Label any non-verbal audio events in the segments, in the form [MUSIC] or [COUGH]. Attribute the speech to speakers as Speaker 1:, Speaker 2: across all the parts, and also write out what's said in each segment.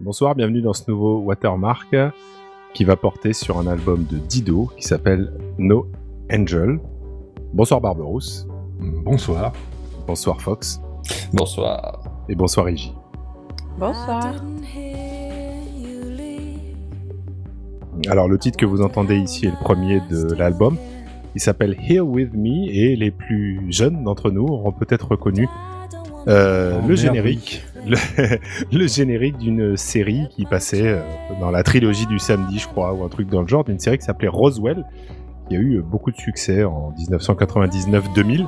Speaker 1: Bonsoir, bienvenue dans ce nouveau Watermark qui va porter sur un album de Dido qui s'appelle No Angel. Bonsoir Barberousse,
Speaker 2: Bonsoir.
Speaker 1: bonsoir Fox
Speaker 3: Bonsoir.
Speaker 1: et bonsoir Iji.
Speaker 4: Bonsoir.
Speaker 1: Alors le titre que vous entendez ici est le premier de l'album. Il s'appelle Here With Me et les plus jeunes d'entre nous auront peut-être reconnu euh,
Speaker 2: Oh,
Speaker 1: le
Speaker 2: merde,
Speaker 1: générique. [LAUGHS] Le, le générique d'une série qui passait euh, dans la trilogie du samedi, je crois, ou un truc dans le genre, d'une série qui s'appelait Roswell, qui a eu euh, beaucoup de succès en 1999-2000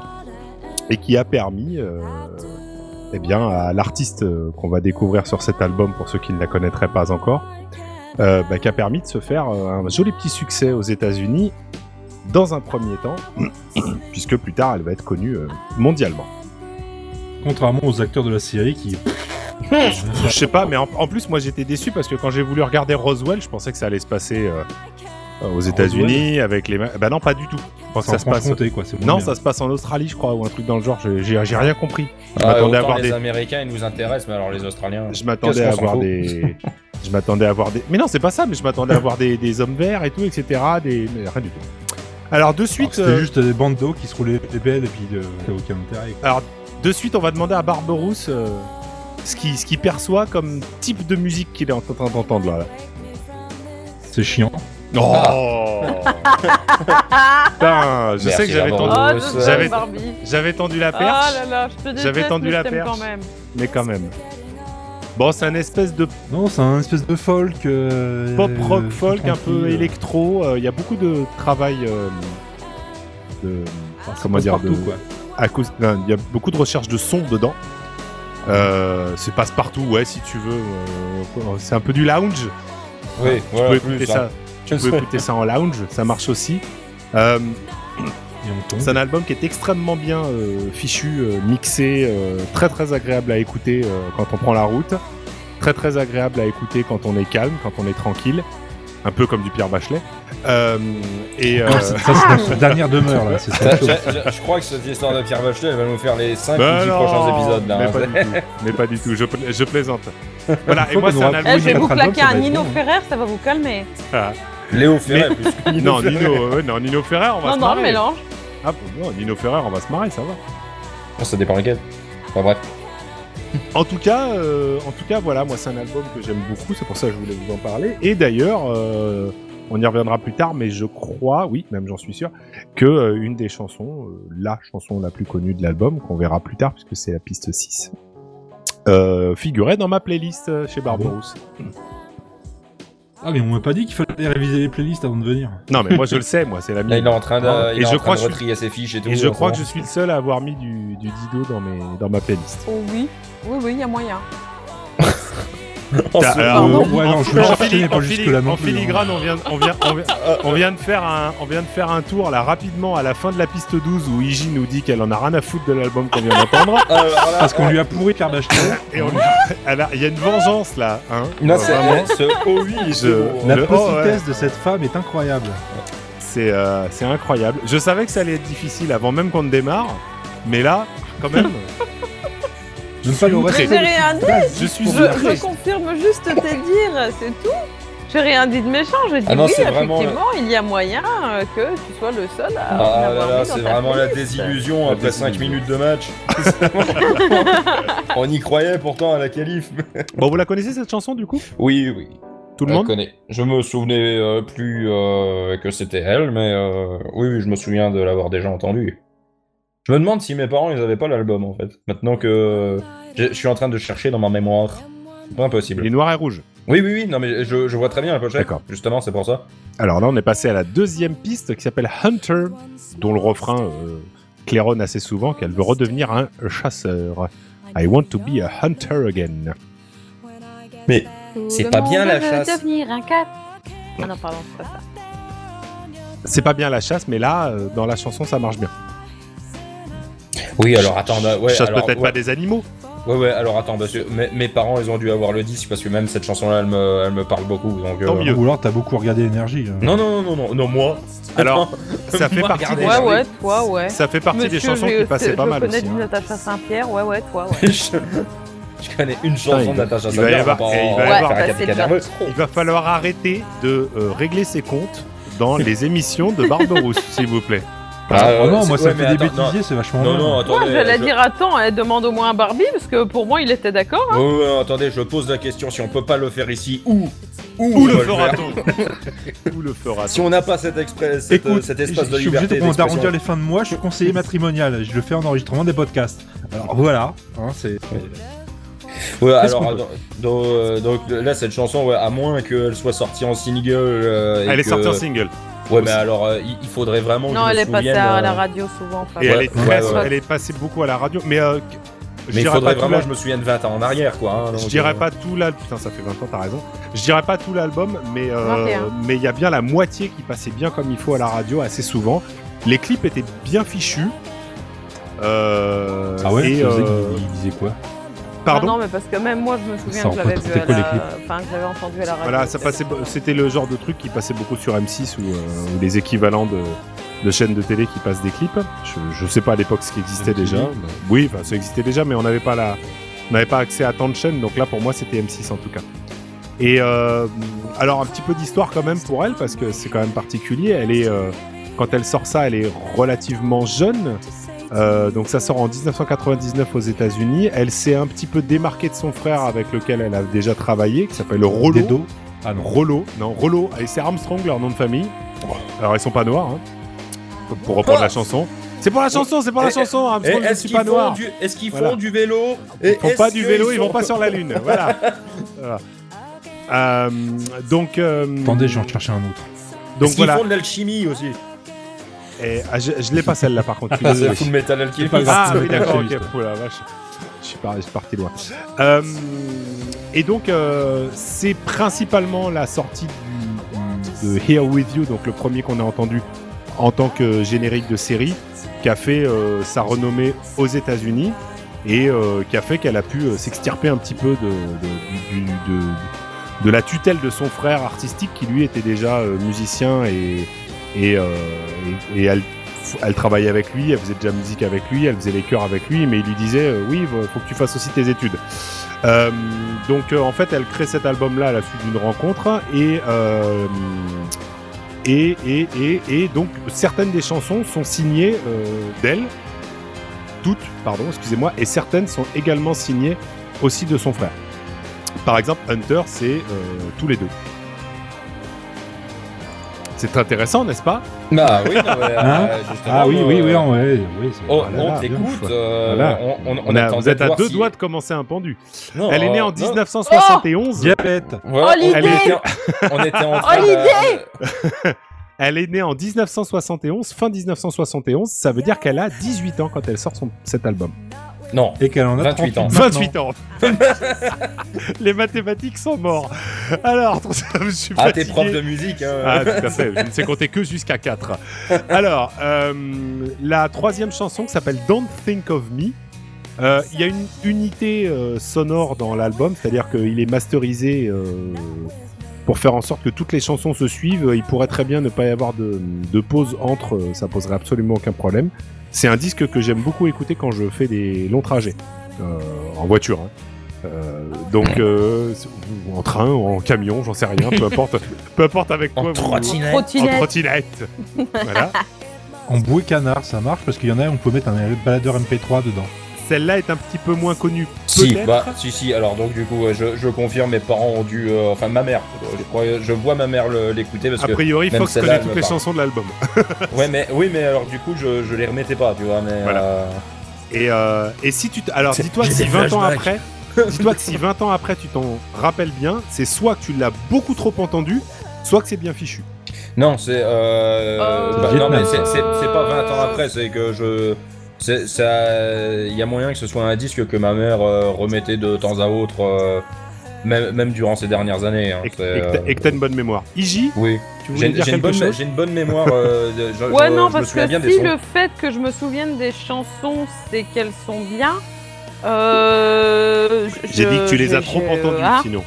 Speaker 1: et qui a permis euh, eh bien, à l'artiste euh, qu'on va découvrir sur cet album, pour ceux qui ne la connaîtraient pas encore, euh, bah, [COUGHS] qui a permis de se faire euh, un joli petit succès aux États-Unis dans un premier temps, puisque plus tard elle va être connue euh, mondialement.
Speaker 2: Contrairement aux acteurs de la série qui.
Speaker 1: Je sais pas, mais en, en plus moi j'étais déçu parce que quand j'ai voulu regarder Roswell, je pensais que ça allait se passer euh, aux États-Unis avec les. ma- Bah non, pas du tout. Je pense que ça se passe.
Speaker 2: compter quoi. C'est moins
Speaker 1: Non,
Speaker 2: bien.
Speaker 1: ça se passe en Australie, je crois, ou un truc dans le genre. j'ai- J'ai j'ai rien compris. Je
Speaker 3: Ah,
Speaker 1: m'attendais à
Speaker 3: autant
Speaker 1: avoir
Speaker 3: les
Speaker 1: des-
Speaker 3: Américains, ils nous intéressent, mais alors les Australiens. euh,
Speaker 1: Je m'attendais à
Speaker 3: Qu'est-ce qu'on s'en
Speaker 1: avoir
Speaker 3: fout
Speaker 1: des. Je m'attendais à avoir des. Mais non, c'est pas ça, mais je m'attendais à avoir des, des hommes verts et tout, etc. Des... mais rien du tout. Alors, de
Speaker 2: Alors,
Speaker 1: suite,
Speaker 2: C'était
Speaker 1: euh,
Speaker 2: juste des bandes d'eau qui se roulaient des belles et puis euh, t'as aucun intérêt. quoi.
Speaker 1: de suite, on va demander à Barberousse euh, ce qu'il ce qu'il perçoit comme type de musique qu'il est en train d'entendre là.
Speaker 2: C'est chiant.
Speaker 1: Oh Ah.
Speaker 4: [LAUGHS]
Speaker 1: Putain, je
Speaker 3: Merci,
Speaker 1: sais que j'avais
Speaker 3: Barberousse.
Speaker 1: tendu,
Speaker 4: Oh,
Speaker 3: Oh,
Speaker 4: désolé,
Speaker 1: j'avais-
Speaker 4: Barbie.
Speaker 1: j'avais tendu la
Speaker 4: Oh
Speaker 1: perche.
Speaker 4: là là, je te déteste,
Speaker 1: J'avais tendu
Speaker 4: mais
Speaker 1: la
Speaker 4: je t'aime
Speaker 1: perche.
Speaker 4: quand même. Eh,
Speaker 1: mais quand même. Bon, c'est un espèce de
Speaker 2: Non, c'est un espèce de folk. euh,
Speaker 1: pop rock
Speaker 2: euh,
Speaker 1: folk un
Speaker 2: tranquille,
Speaker 1: peu
Speaker 2: euh,
Speaker 1: électro. Il y a beaucoup de travail euh, de comment
Speaker 4: Ah,
Speaker 2: passe
Speaker 1: dire de
Speaker 2: euh, partout, quoi.
Speaker 1: acous- non, Il y a beaucoup de recherche de son dedans. Euh, c'est passe partout, ouais, si tu veux. euh, c'est un peu du lounge.
Speaker 3: Oui,
Speaker 1: tu
Speaker 3: voilà,
Speaker 1: peux
Speaker 3: plus. hein.
Speaker 1: écouter ça. Tu peux écouter ça en lounge, ça marche aussi. Euh,
Speaker 2: Et on tombe.
Speaker 1: c'est un album qui est extrêmement bien euh, fichu, euh, mixé, euh, très très agréable à écouter euh, quand on prend la route, très très agréable à écouter quand on est calme, quand on est tranquille, un peu comme du Pierre Bachelet. Euh, et euh,
Speaker 2: Non, Ah, c'est- ça, c'est notre dernière demeure là. C'est
Speaker 3: Ça,
Speaker 2: ça.
Speaker 3: je, je- je crois que cette histoire de Pierre Bachelet, elle va nous faire les 5
Speaker 1: bah
Speaker 3: ou 10
Speaker 1: non,
Speaker 3: prochains épisodes. Là,
Speaker 1: mais,
Speaker 3: hein.
Speaker 1: pas du tout, mais pas du tout, je, pla- je plaisante. Voilà, et
Speaker 2: Une
Speaker 1: moi
Speaker 2: fois qu'on
Speaker 1: c'est un
Speaker 2: aura-
Speaker 1: album.
Speaker 4: Eh, je vais
Speaker 2: notre
Speaker 4: vous
Speaker 2: album,
Speaker 4: claquer
Speaker 2: ça
Speaker 4: un
Speaker 2: va être
Speaker 4: Nino
Speaker 2: bon, hein.
Speaker 4: Ferrer, ça va vous calmer.
Speaker 3: Léo Ferret, plus que Nino
Speaker 1: Non,
Speaker 3: Ferrer.
Speaker 1: Nino, euh, non, Nino Ferrer, on va
Speaker 4: Non,
Speaker 1: se
Speaker 4: non,
Speaker 1: marrer.
Speaker 4: mélange.
Speaker 1: Ah, bon, non, Nino Ferrer, on va se marrer, ça va.
Speaker 3: Oh, Ça dépend lequel. Enfin bref.
Speaker 1: En tout cas, euh, en tout cas, voilà, moi c'est un album que j'aime beaucoup, c'est pour ça que je voulais vous en parler. Et d'ailleurs, euh, on y reviendra plus tard, mais je crois, oui, même j'en suis sûr, que euh, une des chansons, euh, la chanson la plus connue de l'album, qu'on verra plus tard puisque c'est la piste 6, euh, figurait dans ma playlist euh, chez Barberousse.
Speaker 2: Ah, mais on m'a pas dit qu'il fallait réviser les playlists avant de venir.
Speaker 1: Non, mais moi je le sais, moi c'est la
Speaker 3: Là, il est
Speaker 1: mienne.
Speaker 3: en train de,
Speaker 1: Ah,
Speaker 3: il
Speaker 1: et
Speaker 3: est
Speaker 1: je
Speaker 3: en
Speaker 1: crois
Speaker 3: train de
Speaker 1: que je-
Speaker 3: retrier ses fiches et tout. hein.
Speaker 1: Et je
Speaker 3: en
Speaker 1: crois que
Speaker 3: ce
Speaker 1: je suis le seul à avoir mis du, du Dido dans, mes, dans ma playlist.
Speaker 4: Oh oui, oui, oui, il y a moyen.
Speaker 3: moment.
Speaker 1: T'as-
Speaker 3: Oh, ce-
Speaker 1: alors,
Speaker 2: Euh,
Speaker 1: en-
Speaker 2: ouais, non, je me
Speaker 1: en
Speaker 2: suis
Speaker 1: fili-
Speaker 2: pas
Speaker 1: en
Speaker 2: jusque
Speaker 1: fili-
Speaker 2: là non
Speaker 1: en
Speaker 2: plus, hein.
Speaker 1: filigrane, on vient, on vient, on [LAUGHS] vient- on vient de faire un, on vient de faire un tour là rapidement à la fin de la piste 12 où Iji nous dit qu'elle en a rien à foutre de l'album qu'on vient d'entendre.
Speaker 3: Ah, voilà.
Speaker 2: Parce qu'on lui a pourri Pierre Bachelet.
Speaker 1: [LAUGHS] Et on lui- elle a- [LAUGHS] il y a une vengeance là, hein.
Speaker 3: Là,
Speaker 1: Euh, vraiment,
Speaker 3: c'est ce oh oui,
Speaker 1: Je-
Speaker 3: je...
Speaker 2: La
Speaker 1: Le- oh,
Speaker 2: petitesse
Speaker 1: ouais.
Speaker 2: de cette femme est incroyable.
Speaker 1: c'est, euh, c'est incroyable. Je savais que ça allait être difficile avant même qu'on ne démarre, mais là, quand [LAUGHS] même,
Speaker 2: Même pas le
Speaker 1: outré.
Speaker 2: respect.
Speaker 4: J'ai rien dit,
Speaker 1: je suis
Speaker 4: je,
Speaker 1: outré.
Speaker 4: je confirme juste tes dires, c'est tout. J'ai rien dit de méchant, j'ai dit
Speaker 3: Ah non,
Speaker 4: oui,
Speaker 3: c'est vraiment-
Speaker 4: effectivement, il y a moyen euh, que tu sois le seul à.
Speaker 3: Ah
Speaker 4: en
Speaker 3: là
Speaker 4: avoir
Speaker 3: là,
Speaker 4: mis dans
Speaker 3: c'est
Speaker 4: ta
Speaker 3: vraiment la
Speaker 4: playlist.
Speaker 3: désillusion après 5
Speaker 1: désillusion.
Speaker 3: minutes
Speaker 1: [LAUGHS]
Speaker 3: de match. On y croyait pourtant à la qualif.
Speaker 1: Bon, vous la connaissez cette chanson du coup
Speaker 3: Oui, oui.
Speaker 1: Tout le
Speaker 3: Je
Speaker 1: monde
Speaker 3: connais. Euh, Je me souvenais euh, plus euh, que c'était elle, mais euh, oui, oui, je me souviens de l'avoir déjà entendue. Je me demande si mes parents ils avaient pas l'album en fait. Maintenant que euh, je je suis en train de chercher dans ma mémoire, c'est pas impossible.
Speaker 1: Les noirs et rouges.
Speaker 3: Oui, oui, oui. Non, mais je, je vois très bien la pochette.
Speaker 1: D'accord.
Speaker 3: Justement, c'est pour ça.
Speaker 1: Alors là, on est passé à la deuxième piste qui s'appelle Hunter, dont le refrain euh, claironne assez souvent qu'elle veut redevenir un chasseur. I want to be a hunter
Speaker 3: [LAUGHS]
Speaker 1: again.
Speaker 3: Mais
Speaker 4: Tout
Speaker 3: C'est
Speaker 4: le
Speaker 3: pas bien,
Speaker 4: monde
Speaker 3: la
Speaker 4: veut
Speaker 3: chasse.
Speaker 4: devenir un cat. Ah non, pardon, c'est pas ça.
Speaker 1: C'est pas bien la chasse, mais là, euh, dans la chanson, ça marche bien.
Speaker 3: Oui, alors attends, bah, ouais,
Speaker 1: chasse
Speaker 3: alors,
Speaker 1: peut-être
Speaker 3: ouais,
Speaker 1: pas des animaux.
Speaker 3: Ouais, ouais, alors attends, parce que mes, mes parents ils ont dû avoir le disque parce que même cette chanson-là, elle me, elle me parle beaucoup. Donc, euh,
Speaker 1: Tant mieux.
Speaker 2: Ou alors t'as beaucoup regardé Énergie. hein. là.
Speaker 3: Non, non, non, non, non, non, moi. [LAUGHS]
Speaker 1: Alors, ça fait
Speaker 3: Moi,
Speaker 1: partie
Speaker 3: regardez,
Speaker 1: des,
Speaker 4: Ouais,
Speaker 3: Désolé.
Speaker 4: ouais, toi, ouais.
Speaker 1: ça fait partie des
Speaker 4: Monsieur,
Speaker 1: chansons
Speaker 4: je-
Speaker 1: qui passaient
Speaker 4: je
Speaker 1: pas mal
Speaker 4: connais
Speaker 1: aussi.
Speaker 4: du
Speaker 1: hein.
Speaker 4: Natacha Saint-Pierre, ouais, ouais, toi, ouais.
Speaker 3: Je- Je connais
Speaker 1: Putain,
Speaker 3: une
Speaker 1: il va-
Speaker 3: chanson de Natacha
Speaker 1: il va y
Speaker 3: Saint-Pierre,
Speaker 1: avoir-
Speaker 3: on va pas
Speaker 1: et il
Speaker 3: en-
Speaker 1: va y
Speaker 3: on va
Speaker 1: avoir-
Speaker 3: faire un
Speaker 4: Ouais, ça, c'est
Speaker 3: caca
Speaker 4: déjà
Speaker 3: nerveux.
Speaker 4: trop.
Speaker 1: Il va falloir arrêter de euh, régler ses comptes
Speaker 3: [LAUGHS]
Speaker 1: dans les émissions de Barberousse, s'il vous plaît.
Speaker 3: Ah,
Speaker 2: Ah
Speaker 3: ouais,
Speaker 2: non,
Speaker 3: c'est-
Speaker 2: moi
Speaker 3: ouais,
Speaker 2: ça me
Speaker 3: mais
Speaker 2: fait des
Speaker 3: attends, non.
Speaker 2: bêtisiers, c'est vachement
Speaker 3: Non,
Speaker 2: bien.
Speaker 3: non, attendez.
Speaker 4: Moi, j'allais
Speaker 3: je-
Speaker 4: dire, attends, elle demande au moins à Barbie, parce que pour moi, il était d'accord.
Speaker 3: Ouais, Oh, ouais, ouais, attendez, je pose la question si on peut pas le faire ici, où Où,
Speaker 1: Où
Speaker 3: on
Speaker 1: le
Speaker 3: va faire
Speaker 1: fera-t-on [LAUGHS] Où le fera-t-on
Speaker 3: Si on n'a pas cet, exprès, cet, euh,
Speaker 2: Écoute,
Speaker 3: cet
Speaker 2: je
Speaker 3: espace de
Speaker 2: suis obligé
Speaker 3: liberté
Speaker 2: de prendre-
Speaker 3: d'expression-
Speaker 2: d'arrondir les fins de mois, je suis [LAUGHS] conseiller matrimonial, je le fais en enregistrement des podcasts. Alors voilà, hein, c'est...
Speaker 3: Ouais,
Speaker 2: Qu'est-ce
Speaker 3: alors
Speaker 2: qu'on
Speaker 3: attends, donc, euh, donc, là, cette chanson, ouais, à moins qu'elle soit sortie en single. euh, et
Speaker 1: Elle est
Speaker 3: que-
Speaker 1: sortie en single.
Speaker 3: Ouais, mais alors, euh, il il faudrait vraiment. que
Speaker 4: Non,
Speaker 3: je
Speaker 4: elle
Speaker 3: me
Speaker 4: est passée
Speaker 3: souvienne,
Speaker 4: à,
Speaker 3: euh,
Speaker 4: la radio souvent. enfin,
Speaker 1: Et
Speaker 3: Ouais,
Speaker 1: elle, est
Speaker 3: ouais,
Speaker 1: très-
Speaker 3: ouais.
Speaker 1: elle est passée beaucoup à la radio. Mais, euh, je
Speaker 3: Mais il
Speaker 1: dirais
Speaker 3: faudrait
Speaker 1: pas tout
Speaker 3: vraiment
Speaker 1: la-
Speaker 3: que je me souvienne 20 ans en arrière, quoi. hein, donc,
Speaker 1: Je dirais
Speaker 3: euh,
Speaker 1: pas tout l'album. Putain, ça fait 20 ans, t'as raison. Je dirais pas tout l'album, mais euh,
Speaker 4: 21.
Speaker 1: mais il y a bien la moitié qui passait bien comme il faut à la radio assez souvent. Les clips étaient bien fichus. Euh,
Speaker 2: Ah ouais,
Speaker 1: et,
Speaker 2: je sais
Speaker 1: euh,
Speaker 2: qu'il disait quoi
Speaker 4: Ah
Speaker 1: Pardon.
Speaker 4: non, mais parce que même moi, je me souviens
Speaker 2: Ça,
Speaker 4: que je l'avais
Speaker 2: c'était
Speaker 4: vu à
Speaker 2: quoi, les
Speaker 4: la... Enfin, que j'avais entendu à la radio.
Speaker 1: Voilà, ça passait. C'était le genre de truc qui passait beaucoup sur M6 ou euh, ou les équivalents de, de chaînes de télé qui passent des clips. Je, je sais pas à l'époque ce qui existait
Speaker 2: MTV,
Speaker 1: déjà.
Speaker 2: bah.
Speaker 1: Oui, enfin, ça existait déjà, mais on n'avait pas la, on n'avait pas accès à tant de chaînes. Donc là, pour moi, c'était M6 en tout cas. Et euh, alors un petit peu d'histoire quand même pour elle parce que c'est quand même particulier. Elle est euh, quand elle sort ça, elle est relativement jeune. Euh, donc ça sort en 1999 aux États-Unis. Elle s'est un petit peu démarquée de son frère avec lequel elle a déjà travaillé, qui s'appelle Rollo.
Speaker 2: Des dos Ah non.
Speaker 1: Rollo, non, Rollo, et c'est Armstrong leur nom de famille. Alors ils sont pas noirs, hein. pour reprendre
Speaker 3: Ah
Speaker 1: la chanson. C'est pour la chanson, c'est pour la
Speaker 3: Eh,
Speaker 1: chanson,
Speaker 3: Et
Speaker 1: Armstrong, je ne
Speaker 3: Est-ce
Speaker 1: suis
Speaker 3: qu'ils
Speaker 1: pas
Speaker 3: font,
Speaker 1: noir.
Speaker 3: du... est-ce qu'ils
Speaker 1: Voilà.
Speaker 3: font du vélo
Speaker 1: Ils font pas du vélo, ils vont pas sur la [LAUGHS] lune, voilà. Voilà. Euh, donc, euh,
Speaker 2: Attendez, je vais en chercher un autre.
Speaker 1: donc
Speaker 3: Est-ce qu'ils
Speaker 1: voilà.
Speaker 3: font de l'alchimie aussi
Speaker 1: Et, ah, je, je l'ai pas celle-là par contre. je suis
Speaker 3: [LAUGHS] C'est
Speaker 1: désolé.
Speaker 3: full metal alchimie.
Speaker 2: pas grave.
Speaker 1: Ah oui, d'accord, ok.
Speaker 2: Alchimiste.
Speaker 1: Oh la vache. Je suis, par- je suis parti loin. Euh, et donc, euh, c'est principalement la sortie du- de Here With You, donc le premier qu'on a entendu en tant que générique de série, qui a fait euh, sa renommée aux États-Unis et euh, qui a fait qu'elle a pu euh, s'extirper un petit peu de, de- du- du- de- de la tutelle de son frère artistique qui lui était déjà euh, musicien et, et, euh, et- et elle, elle travaillait avec lui, elle faisait de la musique avec lui, elle faisait les chœurs avec lui, mais il lui disait euh, oui, il faut que tu fasses aussi tes études. Euh, donc euh, en fait, elle crée cet album-là à la suite d'une rencontre et, euh, et, et, et, et donc certaines des chansons sont signées euh, d'elle, toutes, pardon, excusez-moi, et certaines sont également signées aussi de son frère. Par exemple, Hunter, c'est euh, tous les deux. C'est intéressant, n'est-ce pas
Speaker 3: Bah oui, non, mais, euh,
Speaker 2: Hein
Speaker 3: justement,
Speaker 2: Ah oui,
Speaker 3: euh,
Speaker 2: oui, oui, on- ouais, oui. c'est-
Speaker 3: Oh,
Speaker 1: Ah là là,
Speaker 3: on
Speaker 1: de
Speaker 3: t'écoute.
Speaker 2: ouf.
Speaker 3: euh,
Speaker 1: Voilà.
Speaker 3: On, on,
Speaker 1: On a-
Speaker 3: attendait
Speaker 1: vous êtes à
Speaker 3: voir
Speaker 1: deux
Speaker 3: si-
Speaker 1: doigts de commencer un pendu.
Speaker 3: Non, oh,
Speaker 1: elle est née en
Speaker 3: non.
Speaker 1: 1971.
Speaker 2: Diabète
Speaker 3: Ouais,
Speaker 4: Oh, l'idée
Speaker 3: on était- On était en train
Speaker 4: Oh,
Speaker 3: de-
Speaker 1: Elle est née en 1971, fin 1971. Ça veut dire qu'elle a 18 ans quand elle sort son, cet album.
Speaker 3: Non.
Speaker 2: Et qu'elle en a
Speaker 3: 28
Speaker 2: 38
Speaker 3: ans.
Speaker 2: maintenant.
Speaker 1: 28
Speaker 3: [LAUGHS]
Speaker 1: ans. Les mathématiques sont morts. Alors, [LAUGHS] je suis
Speaker 3: Ah, t'es
Speaker 1: fatigué.
Speaker 3: prof de musique. hein.
Speaker 1: Ah, tout à fait. Je ne sais compter que jusqu'à 4. Alors, euh, la troisième chanson qui s'appelle Don't Think of Me. Euh, Il y a une unité euh, sonore dans l'album, c'est-à-dire qu'il est masterisé euh, pour faire en sorte que toutes les chansons se suivent. Il pourrait très bien ne pas y avoir de, de pause entre, euh, ça poserait absolument aucun problème. C'est un disque que j'aime beaucoup écouter quand je fais des longs trajets, euh, en voiture. hein. Euh, donc euh, ou en train, ou en camion, j'en sais rien, peu
Speaker 3: [LAUGHS]
Speaker 1: importe, peu importe avec
Speaker 3: En
Speaker 1: quoi. vous-
Speaker 3: trottinette.
Speaker 1: en
Speaker 4: Trottinette.
Speaker 1: trottinette.
Speaker 3: [LAUGHS]
Speaker 1: voilà.
Speaker 2: En bouée canard, ça marche parce qu'il y en a, on peut mettre un baladeur MP3 dedans.
Speaker 1: Celle-là est un petit peu moins connue.
Speaker 3: Si,
Speaker 1: peut-être.
Speaker 3: bah, si, si. Alors, donc, du coup, ouais, je, je confirme, mes parents ont dû. euh, enfin, ma mère. Je, crois- je vois ma mère le- l'écouter parce
Speaker 1: A priori,
Speaker 3: même
Speaker 1: Fox connaît
Speaker 3: celle-là, elle
Speaker 1: toutes
Speaker 3: me
Speaker 1: les
Speaker 3: parle. chansons
Speaker 1: chansons de l'album.
Speaker 3: que. Ouais, mais, oui, mais alors, du coup, je, je les remettais pas, tu vois. Mais,
Speaker 1: Voilà.
Speaker 3: euh,
Speaker 1: Et, euh, et si tu. t- Alors,
Speaker 3: C'est-
Speaker 1: dis-toi que
Speaker 3: j'ai
Speaker 1: si
Speaker 3: des
Speaker 1: 20 ans
Speaker 3: flashbacks.
Speaker 1: après. Dis-toi que si 20 ans après tu t'en rappelles bien, c'est soit que tu l'as beaucoup trop entendu, soit que c'est bien fichu.
Speaker 3: Non, c'est. Euh...
Speaker 4: Euh,
Speaker 3: bah, non, mais c'est
Speaker 4: Vietnam.
Speaker 3: c'est- c'est pas 20 ans après, c'est que je. c'est- ça- Il y a moyen que ce soit un disque que ma mère euh, remettait de temps à autre, euh, même, même durant ces dernières années. hein,
Speaker 1: Et que-
Speaker 3: c'est,
Speaker 1: et que t'as-
Speaker 3: euh,
Speaker 1: et que t'as une bonne mémoire. Iji,
Speaker 3: Oui,
Speaker 1: tu voulais
Speaker 3: j'ai
Speaker 1: dire
Speaker 3: j'ai
Speaker 1: quelque
Speaker 3: une, bonne-
Speaker 1: chose
Speaker 3: j'ai une bonne mémoire. euh, de- je-
Speaker 4: Ouais,
Speaker 3: je- je
Speaker 4: non,
Speaker 3: me
Speaker 4: parce
Speaker 3: souviens
Speaker 4: que
Speaker 3: bien des
Speaker 4: si
Speaker 3: sons.
Speaker 4: le fait que je me souvienne des chansons, c'est qu'elles sont bien. Euh, je-
Speaker 1: J'ai dit que tu les as
Speaker 4: je-
Speaker 1: trop
Speaker 4: je-
Speaker 1: entendues
Speaker 4: ah.
Speaker 1: sinon.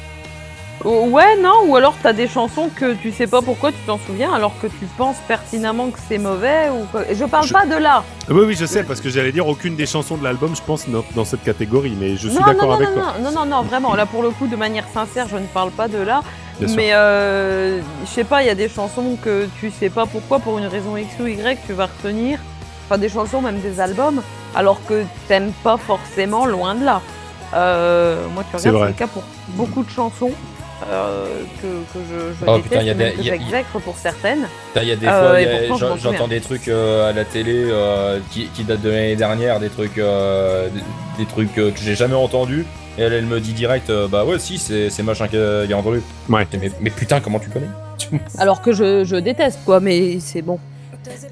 Speaker 4: Euh, Ouais, non, ou alors t'as des chansons que tu sais pas pourquoi tu t'en souviens, alors que tu penses pertinemment que c'est mauvais ou quoi. Et Je parle
Speaker 1: Je-
Speaker 4: pas de là.
Speaker 1: Ah Oui, oui, je sais, parce que j'allais dire aucune des chansons de l'album, je pense, n'a- dans cette catégorie, mais je suis
Speaker 4: non, non,
Speaker 1: d'accord
Speaker 4: non,
Speaker 1: avec
Speaker 4: non,
Speaker 1: toi.
Speaker 4: non, non, non, non, vraiment. Là, pour le coup, de manière sincère, je ne parle pas de là.
Speaker 1: Bien sûr.
Speaker 4: mais euh, je sais pas, il y a des chansons que tu sais pas pourquoi, pour une raison X ou Y, tu vas retenir. Enfin, des chansons, même des albums, alors que t'aimes pas forcément loin de là. Euh, moi, tu
Speaker 1: C'est
Speaker 4: regardes,
Speaker 1: vrai.
Speaker 4: c'est le cas pour beaucoup de chansons. euh, que, que je, je
Speaker 3: Oh,
Speaker 4: déteste,
Speaker 3: putain, il y a
Speaker 4: même
Speaker 3: des-
Speaker 4: que
Speaker 3: il y a-
Speaker 4: j'exècre pour certaines.
Speaker 3: Putain, Il y a des
Speaker 4: Euh,
Speaker 3: fois,
Speaker 4: et
Speaker 3: il y a-
Speaker 4: pourtant, je
Speaker 3: j'en-
Speaker 4: m'en souviens.
Speaker 3: j'entends des trucs euh, à la télé euh, qui, qui datent de l'année dernière, des trucs, euh, des, des trucs euh, que j'ai jamais entendus. Et elle, elle me dit direct, euh, bah ouais, si, c'est c'est machin qu'il a entendu.
Speaker 1: Ouais.
Speaker 3: Je dis, Mais, mais putain, comment tu connais
Speaker 4: Alors que je, je déteste, quoi, mais c'est bon.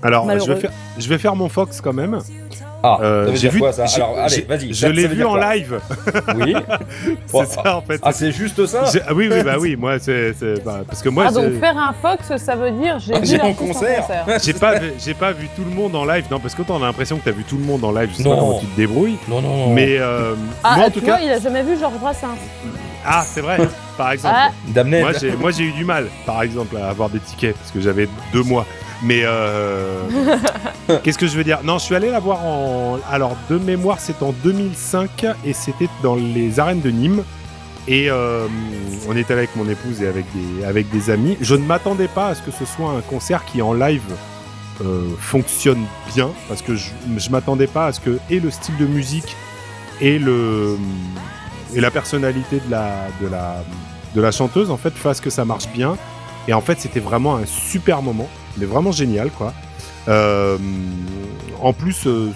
Speaker 1: Alors, je
Speaker 4: Malheureux.
Speaker 1: vais, faire, je vais faire mon Fox quand même.
Speaker 3: Ah,
Speaker 1: Euh,
Speaker 3: ça veut
Speaker 1: j'ai
Speaker 3: dire
Speaker 1: vu-
Speaker 3: quoi ça
Speaker 1: j'ai-
Speaker 3: Alors, allez,
Speaker 1: j'ai-
Speaker 3: vas-y.
Speaker 1: Je
Speaker 3: ça- ça
Speaker 1: l'ai
Speaker 3: veut
Speaker 1: vu
Speaker 3: dire
Speaker 1: en
Speaker 3: quoi
Speaker 1: live. [LAUGHS]
Speaker 3: Oui.
Speaker 1: C'est ça, en fait.
Speaker 3: Ah, c'est juste ça
Speaker 1: J'ai- ah oui, oui,
Speaker 3: [LAUGHS]
Speaker 1: bah oui, moi, c'est. c'est- bah, parce que moi,
Speaker 5: Ah, donc
Speaker 1: j'ai-
Speaker 5: faire un fox, ça veut dire j'ai
Speaker 3: Ah,
Speaker 5: vu
Speaker 3: j'ai
Speaker 5: l'artiste
Speaker 3: un
Speaker 5: en
Speaker 3: concert.
Speaker 5: concert.
Speaker 1: j'ai pas, vu- j'ai pas vu tout le monde en live. Non, parce que t'en as l'impression que t'as vu tout le monde en live, je sais pas
Speaker 3: Non.
Speaker 1: comment tu te débrouilles.
Speaker 3: [LAUGHS] Non, non, non.
Speaker 1: Mais euh,
Speaker 5: Ah,
Speaker 1: moi, en
Speaker 5: tu
Speaker 1: tout
Speaker 5: vois,
Speaker 1: cas.
Speaker 5: il a jamais vu Georges Brassens.
Speaker 1: Ah, c'est vrai, par exemple.
Speaker 5: Ah,
Speaker 3: Damned.
Speaker 1: Moi j'ai, moi j'ai eu du mal, par exemple, à avoir des tickets parce que j'avais deux mois. Mais euh, qu'est-ce que je veux dire Non, je suis allé la voir en. Alors de mémoire, c'est en 2005 et c'était dans les arènes de Nîmes. Et euh, on était avec mon épouse et avec des, avec des amis. Je ne m'attendais pas à ce que ce soit un concert qui en live euh, fonctionne bien parce que je, je m'attendais pas à ce que et le style de musique et le et la personnalité de la de la de la chanteuse en fait fasse que ça marche bien et en fait c'était vraiment un super moment mais vraiment génial quoi Euh, en plus euh,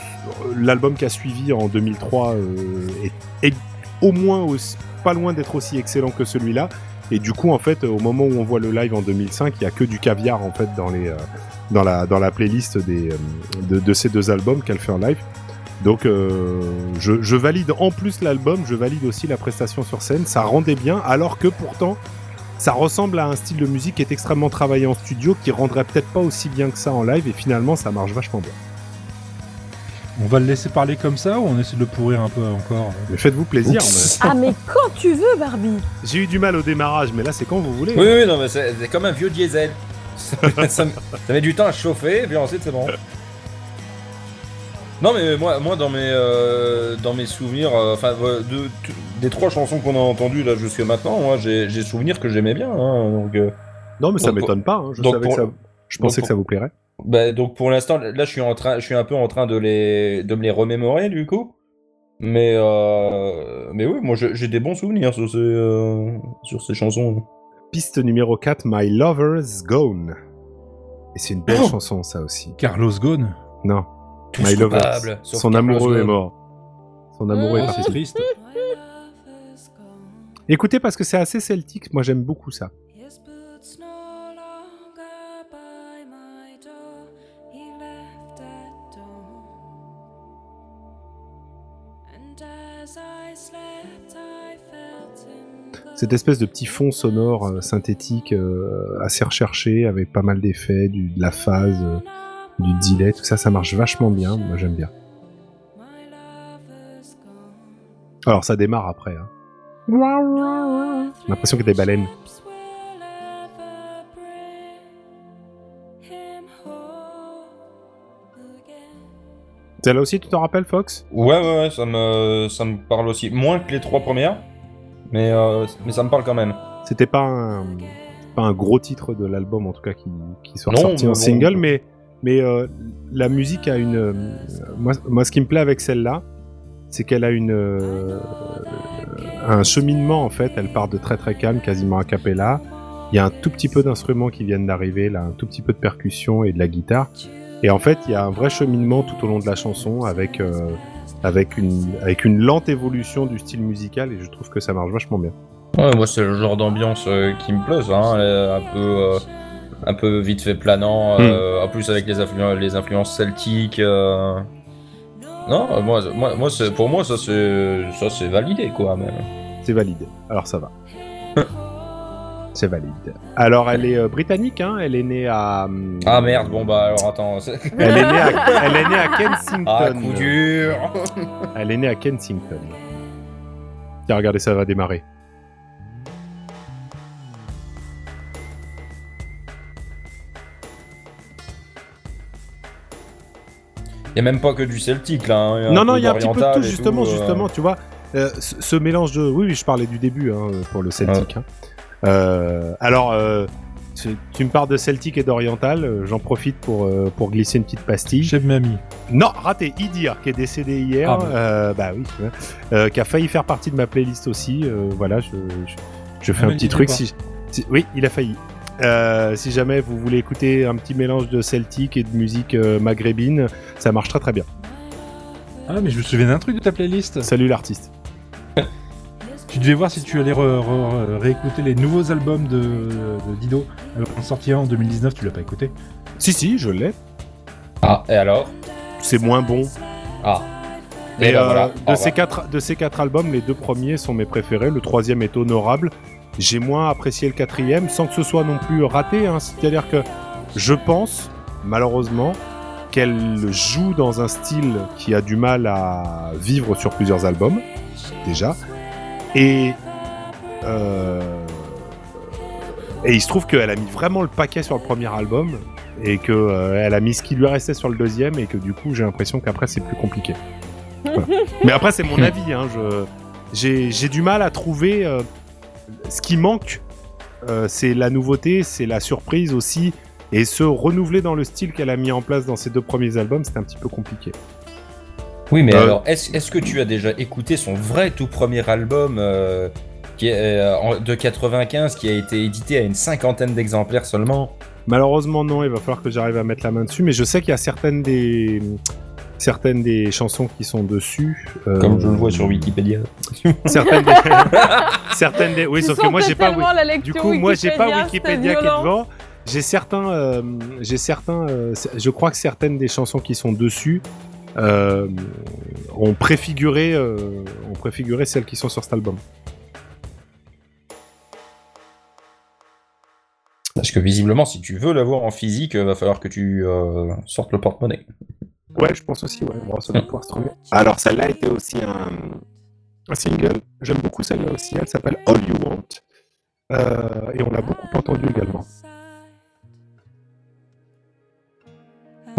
Speaker 1: l'album qui a suivi en 2003 euh, est, est au moins aussi- pas loin d'être aussi excellent que celui-là et du coup en fait au moment où on voit le live en 2005 il y a que du caviar en fait dans les euh, dans la dans la playlist des euh, de, de ces deux albums qu'elle fait en live donc euh, je, je valide en plus l'album, je valide aussi la prestation sur scène, ça rendait bien, alors que pourtant ça ressemble à un style de musique qui est extrêmement travaillé en studio, qui rendrait peut-être pas aussi bien que ça en live, et finalement ça marche vachement bien.
Speaker 2: On va le laisser parler comme ça ou on essaie de le pourrir un peu encore euh,
Speaker 1: Mais faites-vous plaisir,
Speaker 3: Oups.
Speaker 5: ah, mais quand tu veux, Barbie.
Speaker 1: mais- j'ai eu du mal au démarrage, mais là c'est quand vous voulez. hein.
Speaker 3: Oui, oui, non, mais c'est c'est comme un vieux diesel. ça, [LAUGHS] ça- ça met du temps à chauffer, puis ensuite c'est bon. Non, mais moi, moi dans, mes, euh, dans mes souvenirs, euh, enfin, euh, de- t- des trois chansons qu'on a entendues là jusque maintenant, moi j'ai j'ai souvenir que j'aimais bien. hein, donc, euh,
Speaker 1: Non mais ça
Speaker 3: Donc,
Speaker 1: m'étonne pas, hein, je,
Speaker 3: donc
Speaker 1: savais
Speaker 3: pour-
Speaker 1: que ça- je pensais
Speaker 3: donc
Speaker 1: que ça vous plairait.
Speaker 3: bah, donc pour l'instant, là je suis, en train, je suis un peu en train de, les, de me les remémorer du coup. Mais, euh, mais oui, moi j'ai j'ai des bons souvenirs sur ces, euh, sur ces chansons.
Speaker 1: Piste numéro 4, My Lover's Gone. Et c'est une belle
Speaker 3: Oh.
Speaker 1: chanson ça aussi.
Speaker 2: Carlos Ghosn
Speaker 1: Non,
Speaker 3: Tous
Speaker 1: My
Speaker 3: coupables,
Speaker 1: Lover's.
Speaker 3: sauf
Speaker 1: Son
Speaker 3: Carlos
Speaker 1: amoureux est
Speaker 3: Ghosn.
Speaker 1: mort. Son amoureux
Speaker 3: Oh,
Speaker 1: est
Speaker 2: Ah,
Speaker 1: parti.
Speaker 2: c'est triste.
Speaker 1: Écoutez, parce que c'est assez celtique, moi j'aime beaucoup ça.
Speaker 6: His boots no longer by my door. He left at dawn. And as I slept, I felt him go.
Speaker 1: Cette espèce de petit fond sonore euh, synthétique euh, assez recherché, avec pas mal d'effets, du- de la phase, euh, du delay, tout ça, ça marche vachement bien. Moi j'aime bien.
Speaker 6: My lover's gone.
Speaker 1: Alors ça démarre après. hein.
Speaker 6: J'ai
Speaker 1: l'impression que des baleines. Celle-là aussi, tu t'en rappelles, Fox
Speaker 3: Ouais, ouais, ouais, ça me, ça me parle aussi. Moins que les trois premières, mais, euh, mais ça me parle quand même.
Speaker 1: C'était pas un, pas un gros titre de l'album, en tout cas, qui, qui soit
Speaker 3: Non,
Speaker 1: sorti
Speaker 3: non,
Speaker 1: en
Speaker 3: non.
Speaker 1: single, mais, mais euh, la musique a une. euh, moi, moi, ce qui me plaît avec celle-là, c'est qu'elle a une. euh, un cheminement en fait, elle part de très très calme, quasiment a cappella. Il y a un tout petit peu d'instruments qui viennent d'arriver, là, un tout petit peu de percussion et de la guitare. Et en fait, il y a un vrai cheminement tout au long de la chanson avec, euh, avec, une, avec une lente évolution du style musical et je trouve que ça marche vachement bien.
Speaker 3: Ouais, moi, c'est le genre d'ambiance euh, qui me plaît, ça. hein, euh, un, peu, euh, un peu vite fait planant, euh, en plus avec les, influ- les influences celtiques. euh. Non, euh, moi, moi, moi, c'est- pour moi, ça c'est ça, c'est validé, quoi. mais-
Speaker 1: C'est valide. Alors ça va. C'est valide. Alors elle est euh, britannique, hein elle est née à. hum,
Speaker 3: Ah merde, bon bah alors attends. [LAUGHS] c'est-
Speaker 1: Elle est née à, elle est née à Kensington.
Speaker 3: Ah, coup dur
Speaker 1: Elle est née à Kensington. Tiens, regardez, ça va démarrer.
Speaker 3: Il y a même pas que du celtique là. hein.
Speaker 1: Non, non,
Speaker 3: peu
Speaker 1: il y a un petit peu de
Speaker 3: d'oriental
Speaker 1: tout,
Speaker 3: et
Speaker 1: justement,
Speaker 3: tout, euh,
Speaker 1: justement, tu vois. euh, ce, ce mélange de. Oui, oui, je parlais du début hein, pour le Celtic. hein. Euh, alors, euh, tu, tu me parles de Celtic et d'Oriental, euh, j'en profite pour, euh, pour glisser une petite pastille.
Speaker 2: Chef Mamie.
Speaker 1: Non, raté, Idir, qui est décédé hier,
Speaker 2: Ah, bah.
Speaker 1: euh, bah oui, tu vois, euh, qui a failli faire partie de ma playlist aussi. euh, voilà, je, je, je fais
Speaker 2: Ah,
Speaker 1: un
Speaker 2: mais
Speaker 1: petit
Speaker 2: dis-le
Speaker 1: truc.
Speaker 2: pas.
Speaker 1: Si, si- oui, il a failli. Euh, si jamais vous voulez écouter un petit mélange de celtique et de musique euh, maghrébine, ça marche très très bien.
Speaker 2: Ah, mais je me souviens d'un truc de ta playlist.
Speaker 1: Salut l'artiste.
Speaker 2: Tu devais voir si tu allais re- re- re- réécouter les nouveaux albums de, de Dido. Alors, en sorti un en 2019, tu l'as pas écouté.
Speaker 1: Si, si, je l'ai.
Speaker 3: Ah, et alors
Speaker 1: C'est moins bon.
Speaker 3: Ah.
Speaker 1: Mais
Speaker 3: Et ben
Speaker 1: euh,
Speaker 3: voilà,
Speaker 1: de,
Speaker 3: au
Speaker 1: ces
Speaker 3: revoir.
Speaker 1: quatre, de ces quatre albums, les deux premiers sont mes préférés. Le troisième est honorable. J'ai moins apprécié le quatrième, sans que ce soit non plus raté. hein. C'est-à-dire que je pense, malheureusement, qu'elle joue dans un style qui a du mal à vivre sur plusieurs albums, déjà. Et, euh, et il se trouve qu'elle a mis vraiment le paquet sur le premier album et qu'elle a mis ce qui lui restait sur le deuxième et que du coup j'ai l'impression qu'après c'est plus compliqué. Voilà. Mais après c'est mon avis, hein, je- j'ai j'ai du mal à trouver euh, ce qui manque, euh, c'est la nouveauté, c'est la surprise aussi. Et se renouveler dans le style qu'elle a mis en place dans ses deux premiers albums, c'était un petit peu compliqué.
Speaker 3: Oui, mais
Speaker 1: Euh,
Speaker 3: alors, est-ce est-ce que tu as déjà écouté son vrai tout premier album euh, qui est, euh, en- de 95 qui a été édité à une cinquantaine d'exemplaires seulement
Speaker 1: Malheureusement, non, il va falloir que j'arrive à mettre la main dessus, mais je sais qu'il y a certaines des, certaines des chansons qui sont dessus. euh,
Speaker 3: Comme je le vois sur Wikipédia.
Speaker 1: Certaines des. [LAUGHS] certaines des- Oui, sauf que moi, j'ai pas. Wik-
Speaker 5: la
Speaker 1: Du
Speaker 5: lecture
Speaker 1: coup, moi, j'ai pas
Speaker 5: c'était
Speaker 1: Wikipédia qui est
Speaker 5: violent.
Speaker 1: devant. J'ai certains. euh, j'ai certains euh, c- je crois que certaines des chansons qui sont dessus euh, ont, préfiguré, euh, ont préfiguré celles qui sont sur cet album.
Speaker 3: Parce que visiblement, si tu veux l'avoir en physique, euh, va falloir que tu euh, sortes le porte-monnaie.
Speaker 1: Ouais, je pense aussi, ouais. Bon, ça doit pouvoir se trouver. Alors, celle-là était aussi un, un single. J'aime beaucoup celle-là aussi. Elle s'appelle All You Want. Euh, et on l'a beaucoup entendue également.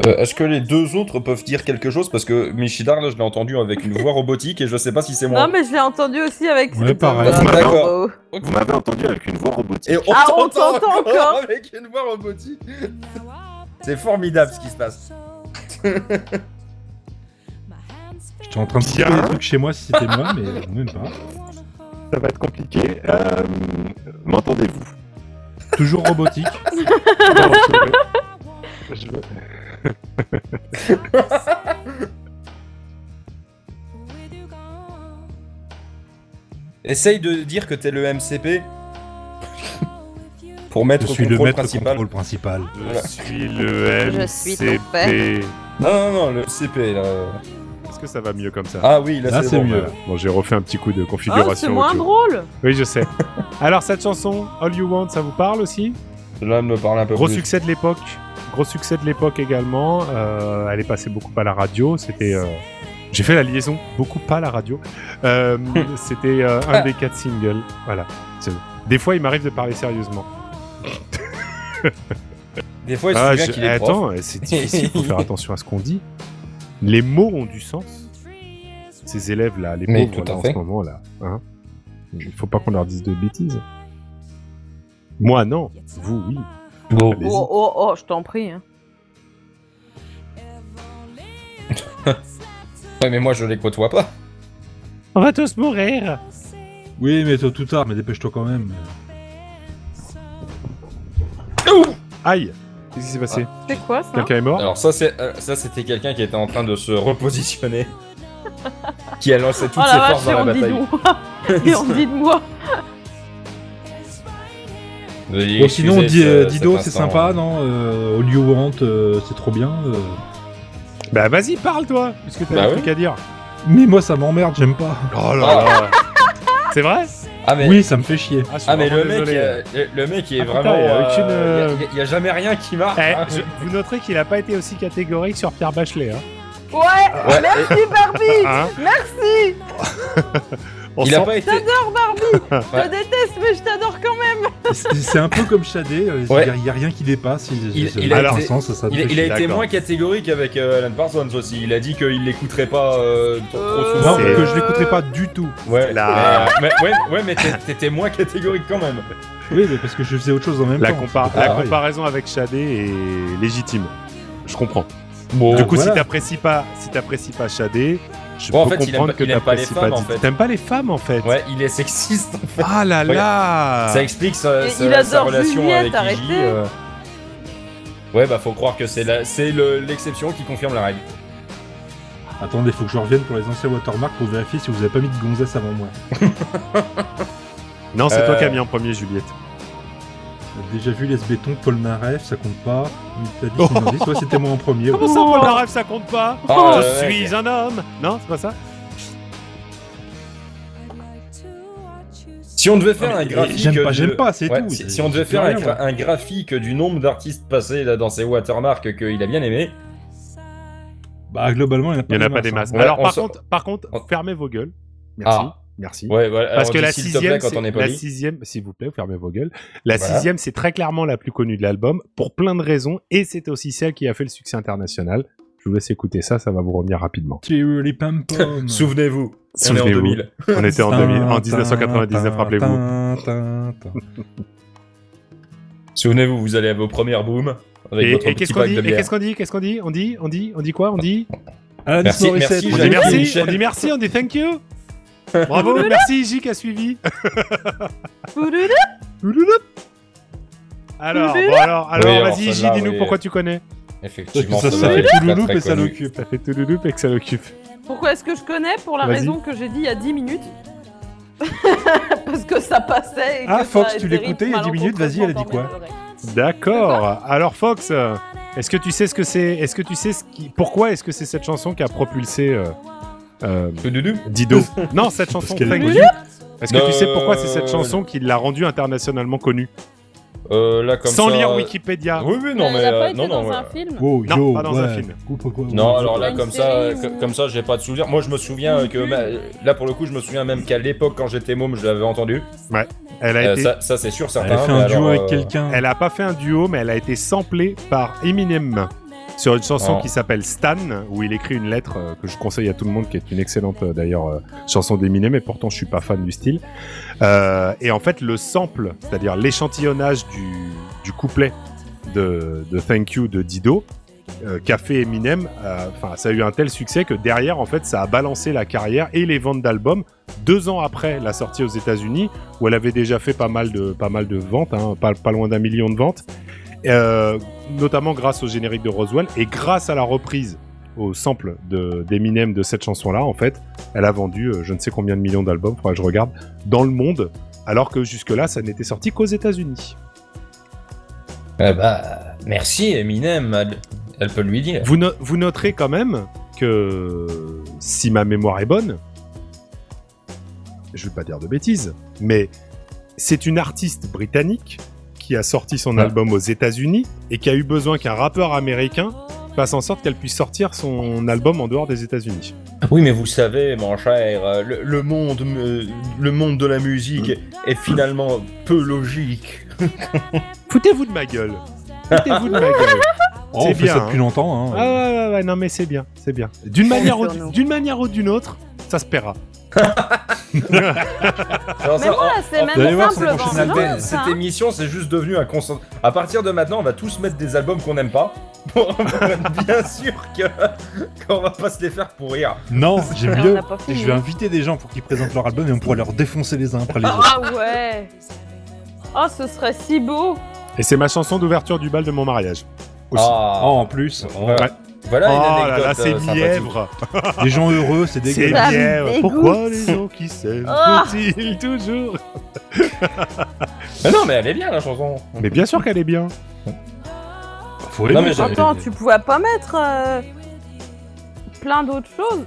Speaker 3: Euh, Est-ce que les deux autres peuvent dire quelque chose Parce que Michidar, là, je l'ai entendu avec une voix robotique et je sais pas si c'est moi.
Speaker 4: Non, mais je l'ai entendu aussi avec.
Speaker 2: Ouais,
Speaker 4: cette-
Speaker 2: pareil.
Speaker 4: Ah,
Speaker 3: D'accord.
Speaker 4: bah,
Speaker 1: Vous m'avez entendu avec une voix robotique.
Speaker 3: Et on
Speaker 4: Ah, on
Speaker 3: t'entend
Speaker 4: t'entend encore.
Speaker 3: avec une voix robotique. C'est formidable ce qui se passe.
Speaker 2: J'étais en train de tirer
Speaker 1: Bien.
Speaker 2: des trucs chez moi si c'était moi, mais
Speaker 3: [LAUGHS]
Speaker 2: même pas.
Speaker 1: Ça va être compliqué. Euh, M'entendez-vous
Speaker 2: Toujours robotique.
Speaker 1: Je veux-
Speaker 3: Essaye de dire que t'es le [LAUGHS] MCP pour mettre
Speaker 2: Je
Speaker 3: au
Speaker 2: suis le
Speaker 3: contrôle
Speaker 2: maître
Speaker 3: principal.
Speaker 2: contrôle principal.
Speaker 3: Voilà.
Speaker 1: suis le
Speaker 4: Je suis ton père.
Speaker 3: Non, non, non, le CP là. euh.
Speaker 1: Est-ce que ça va mieux comme ça
Speaker 3: Ah oui, là,
Speaker 2: Là,
Speaker 3: c'est
Speaker 2: c'est
Speaker 3: bon.
Speaker 2: mieux.
Speaker 3: là.
Speaker 1: Bon, j'ai refait un petit coup de
Speaker 4: Oh,
Speaker 1: configuration.
Speaker 4: c'est moins
Speaker 1: audio.
Speaker 4: drôle.
Speaker 1: Oui, je sais. Alors, cette chanson, All You Want, ça vous parle aussi
Speaker 3: Là, elle me parle un peu
Speaker 1: Gros
Speaker 3: plus.
Speaker 1: succès de l'époque. Gros succès de l'époque également. Euh, elle est passée beaucoup à la radio. C'était. euh, J'ai fait la liaison beaucoup pas à la radio.
Speaker 4: [LAUGHS]
Speaker 1: Euh, C'était euh, un des quatre singles. Voilà. C'est- Des fois, il m'arrive de parler sérieusement.
Speaker 3: Des fois, il
Speaker 1: Ah,
Speaker 3: se souvient
Speaker 1: je-
Speaker 3: qu'il est prof.
Speaker 1: Attends, c'est difficile. Faut faire attention à ce qu'on dit. Les mots ont du sens. [LAUGHS] Ces élèves là, les
Speaker 3: Mais
Speaker 1: pauvres
Speaker 3: tout à
Speaker 1: là, en
Speaker 3: fait. Mm.
Speaker 1: ce moment là. hein. Il faut pas qu'on leur dise de bêtises. Moi non, vous oui.
Speaker 3: Bon.
Speaker 1: Allez-y.
Speaker 4: Oh, oh, oh, je t'en prie. hein.
Speaker 3: Ouais, mais moi, je les côtoie pas.
Speaker 1: On va tous mourir.
Speaker 2: Oui, mais tôt tout tard, mais dépêche-toi quand même.
Speaker 1: Aïe. Qu'est-ce qui s'est passé
Speaker 3: Ah.
Speaker 4: C'est quoi ça
Speaker 1: Quelqu'un est mort
Speaker 3: Alors ça, c'est, euh, ça, c'était quelqu'un qui était en train de se repositionner, [LAUGHS] qui a lancé toutes
Speaker 4: Oh
Speaker 3: ses
Speaker 4: la vache,
Speaker 3: forces
Speaker 4: et
Speaker 3: dans la
Speaker 4: on dit de
Speaker 3: bataille.
Speaker 4: moi.
Speaker 1: [LAUGHS]
Speaker 4: Et on dit de moi.
Speaker 3: Veuillez
Speaker 2: Bon, sinon,
Speaker 3: excuser
Speaker 2: Di-
Speaker 3: ce-
Speaker 2: euh,
Speaker 3: cet
Speaker 2: Dido, c'est
Speaker 3: instant.
Speaker 2: sympa, non euh, All You Want, euh, c'est trop bien. euh.
Speaker 1: Bah vas-y, parle toi, puisque t'as
Speaker 3: Bah
Speaker 1: un
Speaker 3: ouais.
Speaker 1: truc à dire.
Speaker 2: Mais moi, ça m'emmerde, j'aime pas.
Speaker 1: Oh
Speaker 3: là
Speaker 1: là C'est vrai
Speaker 3: Ah mais,
Speaker 2: Oui, ça me fait chier.
Speaker 1: je suis
Speaker 3: ah, mais le,
Speaker 1: vraiment
Speaker 3: mec,
Speaker 1: désolé.
Speaker 3: euh, le mec est
Speaker 1: Ah, putain,
Speaker 3: vraiment...
Speaker 1: il y a aucune,
Speaker 3: euh,
Speaker 1: euh,
Speaker 3: Il n'y a, jamais rien qui marche.
Speaker 1: Eh,
Speaker 3: hein.
Speaker 1: je- vous noterez qu'il a pas été aussi catégorique sur Pierre Bachelet. Hein.
Speaker 4: Ouais,
Speaker 3: Ouais,
Speaker 4: merci Barbie
Speaker 1: [LAUGHS] Hein
Speaker 4: Merci
Speaker 1: On
Speaker 3: il a
Speaker 1: sent-
Speaker 3: pas été...
Speaker 4: J'adore Barbie
Speaker 1: [LAUGHS]
Speaker 4: Je
Speaker 3: Ouais.
Speaker 4: déteste, mais je t'adore quand même
Speaker 2: C'est c'est un peu comme Shadé, euh, il
Speaker 3: Ouais.
Speaker 2: n'y a rien qui dépasse. Il,
Speaker 3: Il-
Speaker 2: c'est-
Speaker 3: il a
Speaker 2: dans
Speaker 1: été-
Speaker 2: un sens, ça, ça me
Speaker 3: Il,
Speaker 2: fait
Speaker 3: il a
Speaker 2: chier.
Speaker 1: d'accord.
Speaker 3: été moins catégorique avec euh, Alan Parsons aussi. Il a dit qu'il l'écouterait pas euh, trop
Speaker 4: Euh,
Speaker 3: souvent.
Speaker 2: Non,
Speaker 1: C'est-
Speaker 2: que je l'écouterai pas du tout.
Speaker 3: Ouais,
Speaker 1: La-
Speaker 3: mais, mais- ouais, ouais, mais t'es- t'étais moins catégorique quand même.
Speaker 2: Oui, mais parce que je faisais autre chose en même
Speaker 1: La,
Speaker 2: temps.
Speaker 1: compar-
Speaker 2: Ah,
Speaker 1: la
Speaker 2: oui.
Speaker 1: comparaison avec Shadé est légitime. Je comprends.
Speaker 3: Bon,
Speaker 1: du coup,
Speaker 2: voilà.
Speaker 1: si t'apprécies pas, si t'apprécies pas Shadé, je
Speaker 3: Bon, en
Speaker 1: peux
Speaker 3: fait, il aime
Speaker 1: comprendre
Speaker 3: pas-
Speaker 1: que
Speaker 3: il aime pas les
Speaker 1: t'apprécies pas.
Speaker 3: femmes, en
Speaker 1: Didi.
Speaker 3: fait.
Speaker 1: T'aimes pas les femmes en fait.
Speaker 3: ouais, il est sexiste.
Speaker 1: Ah là là.
Speaker 3: Ça explique sa,
Speaker 4: Et
Speaker 3: sa-
Speaker 4: il
Speaker 3: sa
Speaker 4: adore
Speaker 3: relation
Speaker 4: Juliette,
Speaker 3: avec Gigi.
Speaker 4: arrêtez.
Speaker 3: euh. Ouais, bah faut croire que c'est la- c'est le- l'exception qui confirme la règle.
Speaker 2: Attendez, faut que je revienne pour les anciens watermarks pour vérifier si vous avez pas mis de gonzesse avant moi.
Speaker 1: Non, c'est toi
Speaker 3: Euh,
Speaker 1: qui as mis en premier Juliette.
Speaker 2: J'ai Déjà vu les bétons, Paul Naref, ça compte pas. Mais T'as dit son indice, ouais, c'était moi en premier. ouais.
Speaker 1: Comment ça, Paul Naref, ça compte pas
Speaker 3: Ah,
Speaker 1: Je
Speaker 3: ouais,
Speaker 1: suis
Speaker 3: ouais.
Speaker 1: un homme Non, c'est pas ça
Speaker 3: Si on devait faire
Speaker 2: Ah, mais
Speaker 3: un graphique,
Speaker 2: j'aime pas,
Speaker 3: de-
Speaker 2: j'aime pas, c'est
Speaker 3: Ouais,
Speaker 2: tout.
Speaker 3: Si,
Speaker 2: C'est-
Speaker 3: si on devait
Speaker 2: c'est
Speaker 3: faire un,
Speaker 2: rien,
Speaker 3: gra-
Speaker 2: ouais.
Speaker 3: un graphique du nombre d'artistes passés là dans ces watermarks qu'il a bien aimé,
Speaker 2: Bah, globalement, il n'y en a pas,
Speaker 1: Il y en a pas des
Speaker 2: hein.
Speaker 1: masses.
Speaker 3: Ouais,
Speaker 1: Alors
Speaker 3: on
Speaker 1: par
Speaker 3: sort-
Speaker 1: contre, par contre,
Speaker 3: on-
Speaker 1: fermez vos gueules. Merci.
Speaker 3: Ah.
Speaker 1: Merci.
Speaker 3: ouais, voilà.
Speaker 1: Parce
Speaker 3: alors
Speaker 1: que
Speaker 3: dis
Speaker 1: la
Speaker 3: s'il te
Speaker 1: sixième,
Speaker 3: plaît quand
Speaker 1: c'est-
Speaker 3: on est
Speaker 1: la
Speaker 3: poli.
Speaker 1: sixième, s'il vous plaît, fermez vos gueules. La
Speaker 3: Voilà.
Speaker 1: sixième, c'est très clairement la plus connue de l'album pour plein de raisons, et c'est aussi celle qui a fait le succès international. Je vous laisse écouter ça, ça va vous revenir rapidement.
Speaker 2: Tu es les pom
Speaker 3: [LAUGHS]
Speaker 2: pom.
Speaker 3: Souvenez-vous, on est en
Speaker 1: Souvenez-vous.
Speaker 3: 2000.
Speaker 1: On était en, 2000
Speaker 3: [LAUGHS]
Speaker 1: en 1999, rappelez-vous.
Speaker 3: Souvenez-vous, vous allez à vos premières booms avec
Speaker 1: Et,
Speaker 3: votre
Speaker 1: et
Speaker 3: petit
Speaker 1: qu'est-ce qu'on
Speaker 3: pack
Speaker 1: dit
Speaker 3: de
Speaker 1: Et
Speaker 3: bière.
Speaker 1: qu'est-ce qu'on dit Qu'est-ce qu'on dit On dit On dit On dit quoi On dit On
Speaker 3: Merci, merci, Thank
Speaker 1: dit
Speaker 3: you,
Speaker 1: merci.
Speaker 3: Michel.
Speaker 1: On dit merci. On dit thank
Speaker 3: [LAUGHS]
Speaker 1: you. Bravo. merci J qui a suivi. Alors, bon, alors, alors,
Speaker 3: Oui, alors,
Speaker 1: vas-y J,
Speaker 3: celle-là,
Speaker 1: dis-nous
Speaker 3: oui.
Speaker 1: pourquoi tu connais.
Speaker 3: Effectivement,
Speaker 2: Ça,
Speaker 3: celle-là
Speaker 2: ça fait
Speaker 3: est
Speaker 2: tout
Speaker 3: très,
Speaker 2: louloupe
Speaker 3: très
Speaker 2: et ça
Speaker 3: connue.
Speaker 2: l'occupe.
Speaker 1: Ça fait tout le loop et que ça l'occupe.
Speaker 4: Pourquoi est-ce que je connais Pour la
Speaker 1: Vas-y.
Speaker 4: raison que j'ai dit il y a 10 minutes. [LAUGHS] Parce que ça passait. Et
Speaker 2: Ah,
Speaker 4: que ça
Speaker 2: Fox,
Speaker 4: a
Speaker 2: tu
Speaker 4: été
Speaker 2: l'écoutais il y a 10 minutes, vas-y, elle a dit quoi
Speaker 4: dans mes oreilles.
Speaker 1: D'accord. Alors Fox, euh, est-ce que tu sais ce que c'est Est-ce que tu sais ce qui Pourquoi est-ce que c'est cette chanson qui a propulsé euh, euh,
Speaker 3: Tout doudou.
Speaker 1: Dido [LAUGHS] Non, cette chanson.
Speaker 2: qu'elle est
Speaker 1: thank
Speaker 2: connue.
Speaker 1: you. Est-ce que
Speaker 3: Euh,
Speaker 1: tu sais pourquoi c'est cette chanson qui l'a rendue internationalement connue
Speaker 3: Euh, là, comme
Speaker 1: Sans
Speaker 3: ça,
Speaker 1: lire
Speaker 3: euh,
Speaker 1: Wikipédia.
Speaker 3: Oui, oui, non,
Speaker 5: Elle
Speaker 3: mais
Speaker 5: a pas
Speaker 3: euh,
Speaker 5: été
Speaker 3: non,
Speaker 5: dans
Speaker 3: non.
Speaker 5: un
Speaker 3: ouais.
Speaker 5: film
Speaker 2: Wow,
Speaker 1: Non,
Speaker 2: yo,
Speaker 1: pas dans un
Speaker 2: ouais.
Speaker 1: film.
Speaker 2: Ou pourquoi-
Speaker 3: Non,
Speaker 2: ou-
Speaker 3: alors là,
Speaker 5: Une
Speaker 3: comme ça,
Speaker 5: série
Speaker 3: euh,
Speaker 5: ou-
Speaker 3: comme ça, j'ai pas de souvenir. Moi, je me souviens que ma- là, pour le coup, je me souviens même qu'à l'époque, quand j'étais môme, je l'avais entendu.
Speaker 1: Elle a
Speaker 3: Euh,
Speaker 1: été.
Speaker 3: ça, ça, c'est sûr,
Speaker 2: Elle
Speaker 3: certain.
Speaker 2: a fait
Speaker 3: mais
Speaker 2: un
Speaker 3: alors,
Speaker 2: duo
Speaker 3: euh,
Speaker 2: avec quelqu'un.
Speaker 1: Elle a pas fait un duo, mais elle a été samplée par Eminem sur une chanson
Speaker 3: Oh.
Speaker 1: qui s'appelle Stan, où il écrit une lettre euh, que je conseille à tout le monde, qui est une excellente euh, d'ailleurs euh, chanson d'Eminem, et pourtant je suis pas fan du style. Euh, et en fait, le sample, c'est-à-dire l'échantillonnage du, du couplet de, de Thank You de Dido, euh, qu'a fait Eminem, euh, enfin ça a eu un tel succès que derrière, en fait, ça a balancé la carrière et les ventes d'albums deux ans après la sortie aux États-Unis, où elle avait déjà fait pas mal de, pas mal de ventes, hein, pas, pas loin d'un million de ventes, euh, notamment grâce au générique de Roswell et grâce à la reprise au sample de- d'Eminem de, cette chanson-là, en fait, elle a vendu euh, je ne sais combien de millions d'albums, faudrait que je regarde, dans le monde, alors que jusque-là, ça n'était sorti qu'aux États-Unis.
Speaker 3: Eh bah, merci Eminem, elle, elle peut lui dire.
Speaker 1: Vous, no- vous noterez quand même que, si ma mémoire est bonne, je vais pas dire de bêtises, mais c'est une artiste britannique qui a sorti son
Speaker 3: Ouais.
Speaker 1: album aux États-Unis et qui a eu besoin qu'un rappeur américain fasse en sorte qu'elle puisse sortir son album en dehors des États-Unis.
Speaker 3: Oui, mais vous savez, mon cher, euh, le, le monde, euh, le monde de la musique est finalement peu logique.
Speaker 1: Foutez-vous de ma gueule Foutez-vous de ma
Speaker 3: [LAUGHS]
Speaker 1: gueule
Speaker 2: Oh, on
Speaker 1: c'est
Speaker 2: fait
Speaker 1: bien,
Speaker 2: ça
Speaker 1: hein.
Speaker 2: depuis longtemps. hein.
Speaker 1: Ah ouais, ouais, ouais, non mais c'est bien, c'est bien. D'une manière, ou
Speaker 4: Sur nous.
Speaker 1: d'une manière ou d'une autre, ça se paiera.
Speaker 3: Alors
Speaker 4: Mais
Speaker 3: ça,
Speaker 4: voilà,
Speaker 3: en-
Speaker 4: Ah, c'est
Speaker 3: en-
Speaker 2: vous allez
Speaker 4: même
Speaker 2: voir Ben, son prochain
Speaker 4: simple. Vincent,
Speaker 3: cette,
Speaker 2: album.
Speaker 4: hein, ça,
Speaker 3: cette émission, c'est juste devenu un consent. À partir de maintenant, on va tous mettre des albums qu'on n'aime pas. [LAUGHS] Pour pour être bien sûr que [LAUGHS] qu'on va pas se les faire pourrir.
Speaker 4: [LAUGHS]
Speaker 2: Non, j'ai
Speaker 4: on
Speaker 2: mieux.
Speaker 4: n'a pas hein. fini.
Speaker 2: Je vais inviter des gens pour qu'ils présentent leur album et on pourra leur défoncer les uns après les autres.
Speaker 4: Ah ouais. Ah, ce serait si beau.
Speaker 1: Et c'est ma chanson d'ouverture du bal de mon mariage. Aussi.
Speaker 3: Ah,
Speaker 2: Oh, en plus, oh.
Speaker 3: Ouais. Voilà une
Speaker 1: oh
Speaker 3: anecdote.
Speaker 1: là là, c'est
Speaker 3: euh, sympathique.
Speaker 1: mièvre
Speaker 2: les gens heureux, c'est
Speaker 1: C'est
Speaker 2: dégueulasse.
Speaker 4: Ça me
Speaker 1: mièvre
Speaker 4: dégoûte.
Speaker 1: Pourquoi les gens qui s'aiment
Speaker 4: Ah.
Speaker 1: sont-ils toujours
Speaker 3: Mais non, mais elle est bien la chanson.
Speaker 1: Mais bien sûr qu'elle est bien
Speaker 2: Faut aimer.
Speaker 3: Non, mais j'ai-
Speaker 4: Attends, tu pouvais pas mettre euh, plein d'autres choses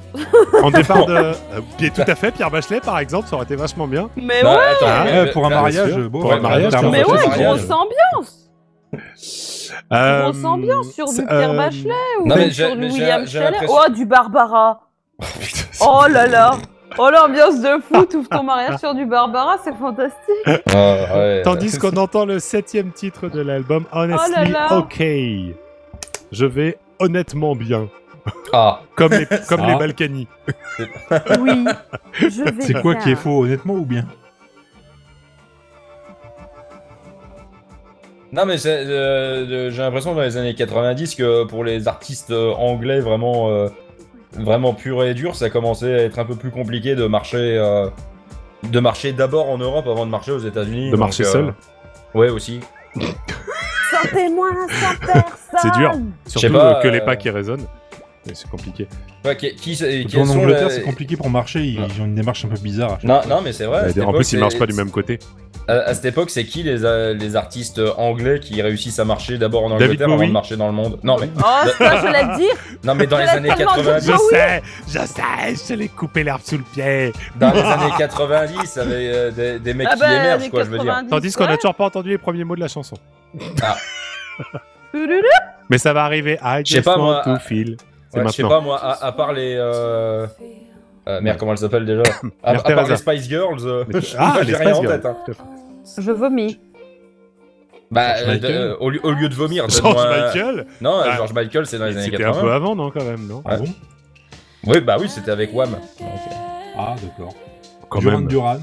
Speaker 1: En départ de... Euh, et tout à fait, Pierre Bachelet par exemple, ça aurait été vachement bien.
Speaker 4: Mais
Speaker 3: Non,
Speaker 4: ouais,
Speaker 3: Bah, attends,
Speaker 1: Ah,
Speaker 3: mais-
Speaker 2: Ouais, pour un
Speaker 3: mais-
Speaker 2: mariage,
Speaker 1: sûr.
Speaker 2: bon, euh,
Speaker 1: Pour un
Speaker 2: ouais,
Speaker 1: mariage,
Speaker 2: clairement,
Speaker 4: mais
Speaker 1: pour un
Speaker 2: Bah, c'est
Speaker 4: ouais,
Speaker 2: mariage. Euh,
Speaker 4: grosse ambiance. Grosse ambiance sur du
Speaker 1: Euh, c'est-
Speaker 4: Pierre
Speaker 1: euh,
Speaker 4: Bachelet ou
Speaker 3: Non, mais
Speaker 4: sur
Speaker 3: j'ai-
Speaker 4: Oh, du
Speaker 3: mais j'ai-
Speaker 4: William
Speaker 3: j'ai
Speaker 4: Chalet.
Speaker 3: l'impression-
Speaker 4: Oh, du Barbara.
Speaker 1: [LAUGHS]
Speaker 4: [LAUGHS]
Speaker 1: putain, c'est-
Speaker 4: Oh là là. Oh l'ambiance de fou, ouvre ton mariage sur du Barbara, c'est fantastique. [LAUGHS]
Speaker 3: Ah, ouais.
Speaker 1: [LAUGHS] Tandis qu'on entend le septième titre de l'album, Honestly
Speaker 4: Oh là.
Speaker 1: OK. Je vais honnêtement bien,
Speaker 3: Ah,
Speaker 1: comme [LAUGHS] les, comme
Speaker 3: Ah.
Speaker 1: les Balkany.
Speaker 5: Oui, je vais
Speaker 2: C'est quoi
Speaker 5: bien.
Speaker 2: qui est faux, honnêtement ou bien
Speaker 3: Non, mais c'est, euh, euh, j'ai l'impression dans les années 90 que pour les artistes euh, anglais vraiment, euh, vraiment purs et durs, ça commençait à être un peu plus compliqué de marcher, euh, de marcher d'abord en Europe avant de marcher aux États-Unis.
Speaker 1: De
Speaker 3: donc,
Speaker 1: marcher
Speaker 3: euh,
Speaker 1: seul
Speaker 3: Ouais, aussi.
Speaker 5: Sortez-moi sans personne
Speaker 1: C'est dur. Surtout
Speaker 3: pas,
Speaker 1: euh, que les
Speaker 3: euh,
Speaker 1: pas qui résonnent. Mais C'est compliqué.
Speaker 3: Ouais, qui, qui,
Speaker 2: Surtout
Speaker 3: quels
Speaker 2: En
Speaker 3: sont
Speaker 2: Angleterre,
Speaker 3: les-
Speaker 2: c'est compliqué pour marcher, ils
Speaker 3: Ouais.
Speaker 2: ont une démarche un peu bizarre. à chaque
Speaker 3: Non,
Speaker 2: fois.
Speaker 3: non, mais c'est vrai. à cette
Speaker 1: Euh, en
Speaker 3: époque,
Speaker 1: plus, ils marchent
Speaker 3: c'est-
Speaker 1: pas du même côté.
Speaker 3: À, à cette époque, c'est qui les, euh, les artistes anglais qui réussissent à marcher d'abord en
Speaker 1: David
Speaker 3: Angleterre avant
Speaker 1: Bowie.
Speaker 3: de marcher dans le monde Non, mais,
Speaker 4: Oh ça je l'ai dit.
Speaker 3: non, mais
Speaker 4: [LAUGHS]
Speaker 3: dans les
Speaker 4: Je l'ai
Speaker 3: années
Speaker 4: tellement dit.
Speaker 3: 90.
Speaker 1: Je
Speaker 4: Ah oui.
Speaker 1: sais, je sais, je te l'ai coupé l'herbe sous le pied.
Speaker 3: Dans les années 90, ça avait euh, des, des mecs
Speaker 4: Ah
Speaker 3: qui
Speaker 4: bah,
Speaker 3: émergent,
Speaker 4: les
Speaker 3: quoi, je veux dire.
Speaker 4: 90,
Speaker 1: Tandis qu'on
Speaker 4: ouais.
Speaker 1: n'a toujours pas entendu les premiers mots de la chanson.
Speaker 4: Touloulou.
Speaker 1: Mais ça va arriver. I
Speaker 3: Je sais
Speaker 1: just
Speaker 3: pas,
Speaker 1: want
Speaker 3: moi,
Speaker 1: to
Speaker 3: à-
Speaker 1: feel. C'est
Speaker 3: Ouais, je sais
Speaker 1: maintenant.
Speaker 3: pas, Ah, moi, à, à part les. Euh... euh, merde, comment elle s'appelle déjà
Speaker 1: [LAUGHS]
Speaker 3: à,
Speaker 1: Mère
Speaker 3: à part
Speaker 1: Teresa.
Speaker 3: les Spice Girls, euh,
Speaker 1: Mais-
Speaker 3: j'ai
Speaker 1: Ah, les
Speaker 3: rien
Speaker 1: Spice
Speaker 3: en
Speaker 1: Girls.
Speaker 3: tête. hein.
Speaker 1: Tout à fait.
Speaker 4: Je vomis.
Speaker 3: Bah,
Speaker 2: George
Speaker 3: euh,
Speaker 2: Michael.
Speaker 3: de- au, lieu- au lieu de
Speaker 1: [LAUGHS]
Speaker 3: vomir,
Speaker 1: George
Speaker 3: donne-moi-
Speaker 1: Michael
Speaker 3: Non,
Speaker 1: Ah.
Speaker 3: George Michael, c'est hein. dans les années
Speaker 1: C'était un
Speaker 3: 80.
Speaker 1: peu avant, non, quand même, non
Speaker 2: Ah
Speaker 3: Ouais.
Speaker 2: bon
Speaker 3: Oui, bah oui, c'était avec Wham. Donc,
Speaker 2: Ah, d'accord.
Speaker 1: Quand
Speaker 2: Duran
Speaker 1: même.
Speaker 2: Duran.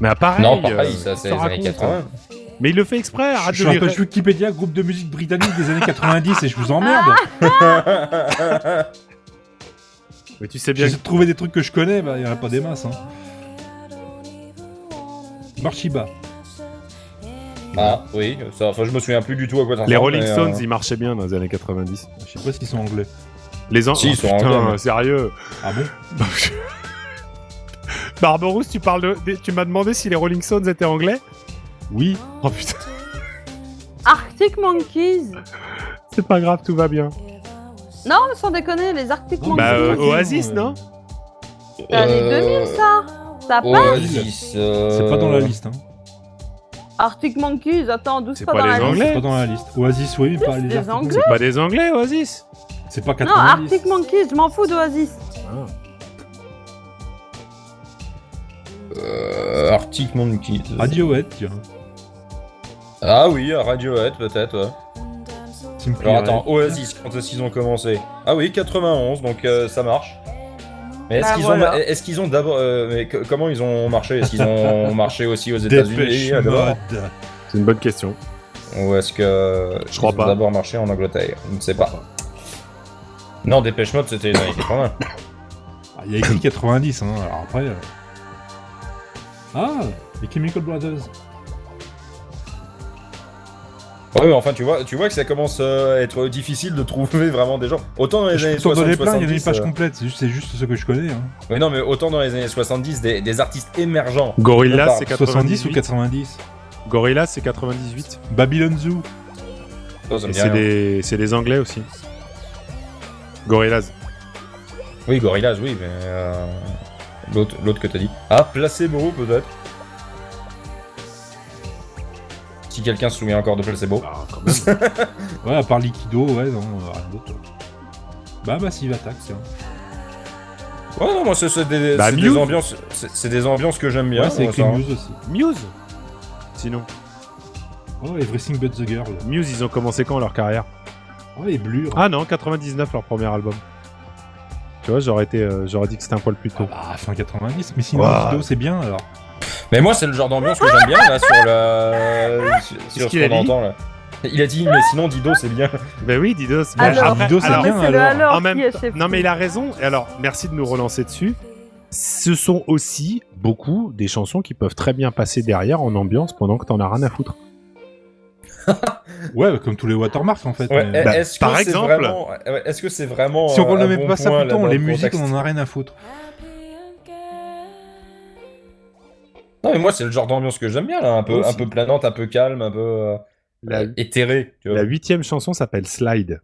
Speaker 1: Mais ah, pareil.
Speaker 3: Non, pareil,
Speaker 1: euh,
Speaker 3: ça, c'est
Speaker 1: qu'est-ce que
Speaker 3: les
Speaker 1: tu
Speaker 3: années
Speaker 1: racontes,
Speaker 3: 80.
Speaker 1: hein Mais il le fait exprès,
Speaker 2: Je-
Speaker 1: arrête
Speaker 2: Je
Speaker 1: de
Speaker 2: suis un
Speaker 1: lui
Speaker 2: peu
Speaker 1: rire.
Speaker 2: sur Wikipédia, groupe de musique britannique des années 90 et je vous emmerde.
Speaker 1: Ah. Mais tu sais bien
Speaker 2: J'essaie de trouver des trucs que je connais, bah, il n'y en a pas des masses. Hein. Marchiba.
Speaker 3: Ah, oui, ça, enfin, je me souviens plus du tout à quoi ça
Speaker 1: Les
Speaker 3: ressemble,
Speaker 1: Rolling
Speaker 3: mais, euh,
Speaker 1: Stones, ils marchaient bien dans les années 90.
Speaker 2: Je sais pas s'ils sont anglais.
Speaker 1: Les ans.
Speaker 3: Si, ils sont
Speaker 1: putain,
Speaker 3: anglais, mais-
Speaker 1: sérieux. [LAUGHS]
Speaker 2: Ah bon
Speaker 1: Bah, Barberousse, tu parles de... des- tu m'as demandé si les Rolling Stones étaient anglais Oui. Oh putain,
Speaker 4: Arctic Monkeys.
Speaker 1: c'est pas grave, tout va bien.
Speaker 4: Non, sans déconner, les Arctic Monkeys.
Speaker 1: Bah, euh, Oasis, non
Speaker 4: T'as les
Speaker 3: euh,
Speaker 4: 2000, ça Ça passe
Speaker 3: Oasis. euh,
Speaker 2: C'est pas dans la liste. Hein.
Speaker 4: Arctic Monkeys, attends, d'où
Speaker 1: C'est
Speaker 4: c'est pas,
Speaker 1: pas
Speaker 4: dans
Speaker 1: les
Speaker 4: la liste.
Speaker 1: Anglais
Speaker 2: C'est pas dans la liste. Oasis, oui, mais pas les
Speaker 4: des
Speaker 2: Arctic
Speaker 4: Anglais.
Speaker 2: Monkeys.
Speaker 1: Pas Bah, des anglais, Oasis
Speaker 2: C'est pas
Speaker 4: Non,
Speaker 2: 90.
Speaker 4: Arctic Monkeys, je m'en fous d'Oasis.
Speaker 3: euh, Arctic Monkeys.
Speaker 2: Radiohead, tiens.
Speaker 3: Ah oui, Radiohead, peut-être. ouais.
Speaker 2: Simply
Speaker 3: Alors
Speaker 2: Red.
Speaker 3: attends, Oasis, quand est-ce qu'ils ont commencé Ah oui, 91, donc euh, ça marche. Mais est-ce
Speaker 4: Bah
Speaker 3: qu'ils ont,
Speaker 4: voilà.
Speaker 3: est-ce qu'ils ont d'abord, euh, mais que- comment ils ont marché Est-ce qu'ils ont marché aussi aux États-Unis
Speaker 2: Dépêche
Speaker 3: euh, d'abord
Speaker 2: Mode.
Speaker 1: C'est une bonne question.
Speaker 3: Ou est-ce que
Speaker 1: Je crois
Speaker 3: ils ont
Speaker 1: pas.
Speaker 3: D'abord marché en Angleterre, je ne sais pas. Non, Dépêche Mode, c'était les années 80.
Speaker 2: Ah, Il y a écrit 90, hein, alors après. euh. Ah, les Chemical Brothers.
Speaker 3: Ouais, mais enfin, tu vois, tu vois que ça commence euh, à être difficile de trouver [LAUGHS] vraiment des gens. Autant dans les
Speaker 2: Je
Speaker 3: années
Speaker 2: peux t'en
Speaker 3: 60,
Speaker 2: donner plein, il y en a une
Speaker 3: 70,
Speaker 2: page
Speaker 3: euh,
Speaker 2: complète, c'est juste, c'est juste ce que je connais. Hein.
Speaker 3: Oui, non, mais autant dans les années 70, des, des artistes émergents.
Speaker 1: Gorillaz,
Speaker 3: Attends,
Speaker 1: c'est
Speaker 2: 70 ou
Speaker 1: 98.
Speaker 2: 90
Speaker 1: Gorillaz, c'est 98.
Speaker 2: Babylon Zoo.
Speaker 3: Ça, ça me
Speaker 1: Et
Speaker 3: dit
Speaker 1: c'est
Speaker 3: rien.
Speaker 1: des... c'est des anglais aussi. Gorillaz.
Speaker 3: Oui, Gorillaz, oui, mais. euh, L'autre l'autre que t'as dit. Ah, Placebo, peut-être Si quelqu'un se souvient encore de Placebo.
Speaker 2: Ah,
Speaker 3: [LAUGHS]
Speaker 2: Ouais, à part Liquido, ouais, non, euh, rien d'autre. Bah, Massive Attack, tiens. Ah.
Speaker 3: Ouais, non, moi, c'est c'est des,
Speaker 1: Bah,
Speaker 3: c'est des
Speaker 1: Muse.
Speaker 3: ambiances. C'est c'est des ambiances que j'aime bien.
Speaker 2: ouais, c'est
Speaker 3: moi,
Speaker 2: écrit
Speaker 3: ça. hein.
Speaker 2: Muse aussi.
Speaker 1: Muse Sinon,
Speaker 2: Oh, Everything But the Girl.
Speaker 1: Muse, ils ont commencé quand leur carrière
Speaker 2: Oh, et Blur.
Speaker 1: Ah non, 99 leur premier album. Tu vois, j'aurais été, euh, j'aurais dit que c'était un poil plus
Speaker 2: Ah
Speaker 1: tôt.
Speaker 2: bah, fin 90, mais sinon,
Speaker 1: Ouah.
Speaker 2: Liquido, c'est bien alors.
Speaker 3: Mais moi, c'est le genre d'ambiance que j'aime bien, là,
Speaker 2: [LAUGHS]
Speaker 3: sur la. sur-
Speaker 1: Qu'est-ce
Speaker 3: Sur
Speaker 1: qu'il
Speaker 3: ce
Speaker 1: a
Speaker 3: qu'on
Speaker 1: dit
Speaker 3: entend, là. Il a dit, mais sinon, Dido,
Speaker 2: [LAUGHS]
Speaker 3: c'est bien.
Speaker 1: Ben oui, Didos. mais
Speaker 4: Ah, Alors,
Speaker 1: après-
Speaker 2: Dido, c'est
Speaker 1: alors,
Speaker 2: bien,
Speaker 4: mais c'est le
Speaker 2: alors.
Speaker 4: alors
Speaker 1: en même
Speaker 4: qui est
Speaker 1: temps-
Speaker 4: chez
Speaker 1: non
Speaker 4: vous.
Speaker 1: mais il a raison. Et alors, merci de nous relancer dessus. Ce sont aussi beaucoup des chansons qui peuvent très bien passer derrière en ambiance pendant que t'en as rien à foutre.
Speaker 2: Ouais, bah, comme tous les Watermarks en fait.
Speaker 3: Ouais,
Speaker 2: mais- bah,
Speaker 1: Bah,
Speaker 3: est-ce que
Speaker 1: par
Speaker 3: c'est
Speaker 1: exemple.
Speaker 3: vraiment- ouais, Est-ce que c'est vraiment.
Speaker 2: Si on
Speaker 3: euh, un
Speaker 2: ne
Speaker 3: bon
Speaker 2: pas ça
Speaker 3: point,
Speaker 2: plus tôt,
Speaker 3: là, dans
Speaker 2: les
Speaker 3: le
Speaker 2: musiques, on
Speaker 3: contexte
Speaker 2: en a rien à foutre.
Speaker 3: Non, mais moi, c'est le genre d'ambiance que j'aime bien, là. Un peu,
Speaker 1: Moi
Speaker 3: un
Speaker 1: aussi.
Speaker 3: peu planante, un peu calme, un peu euh,
Speaker 1: La,
Speaker 3: euh, éthéré. Tu vois.
Speaker 1: la huitième chanson s'appelle Slide.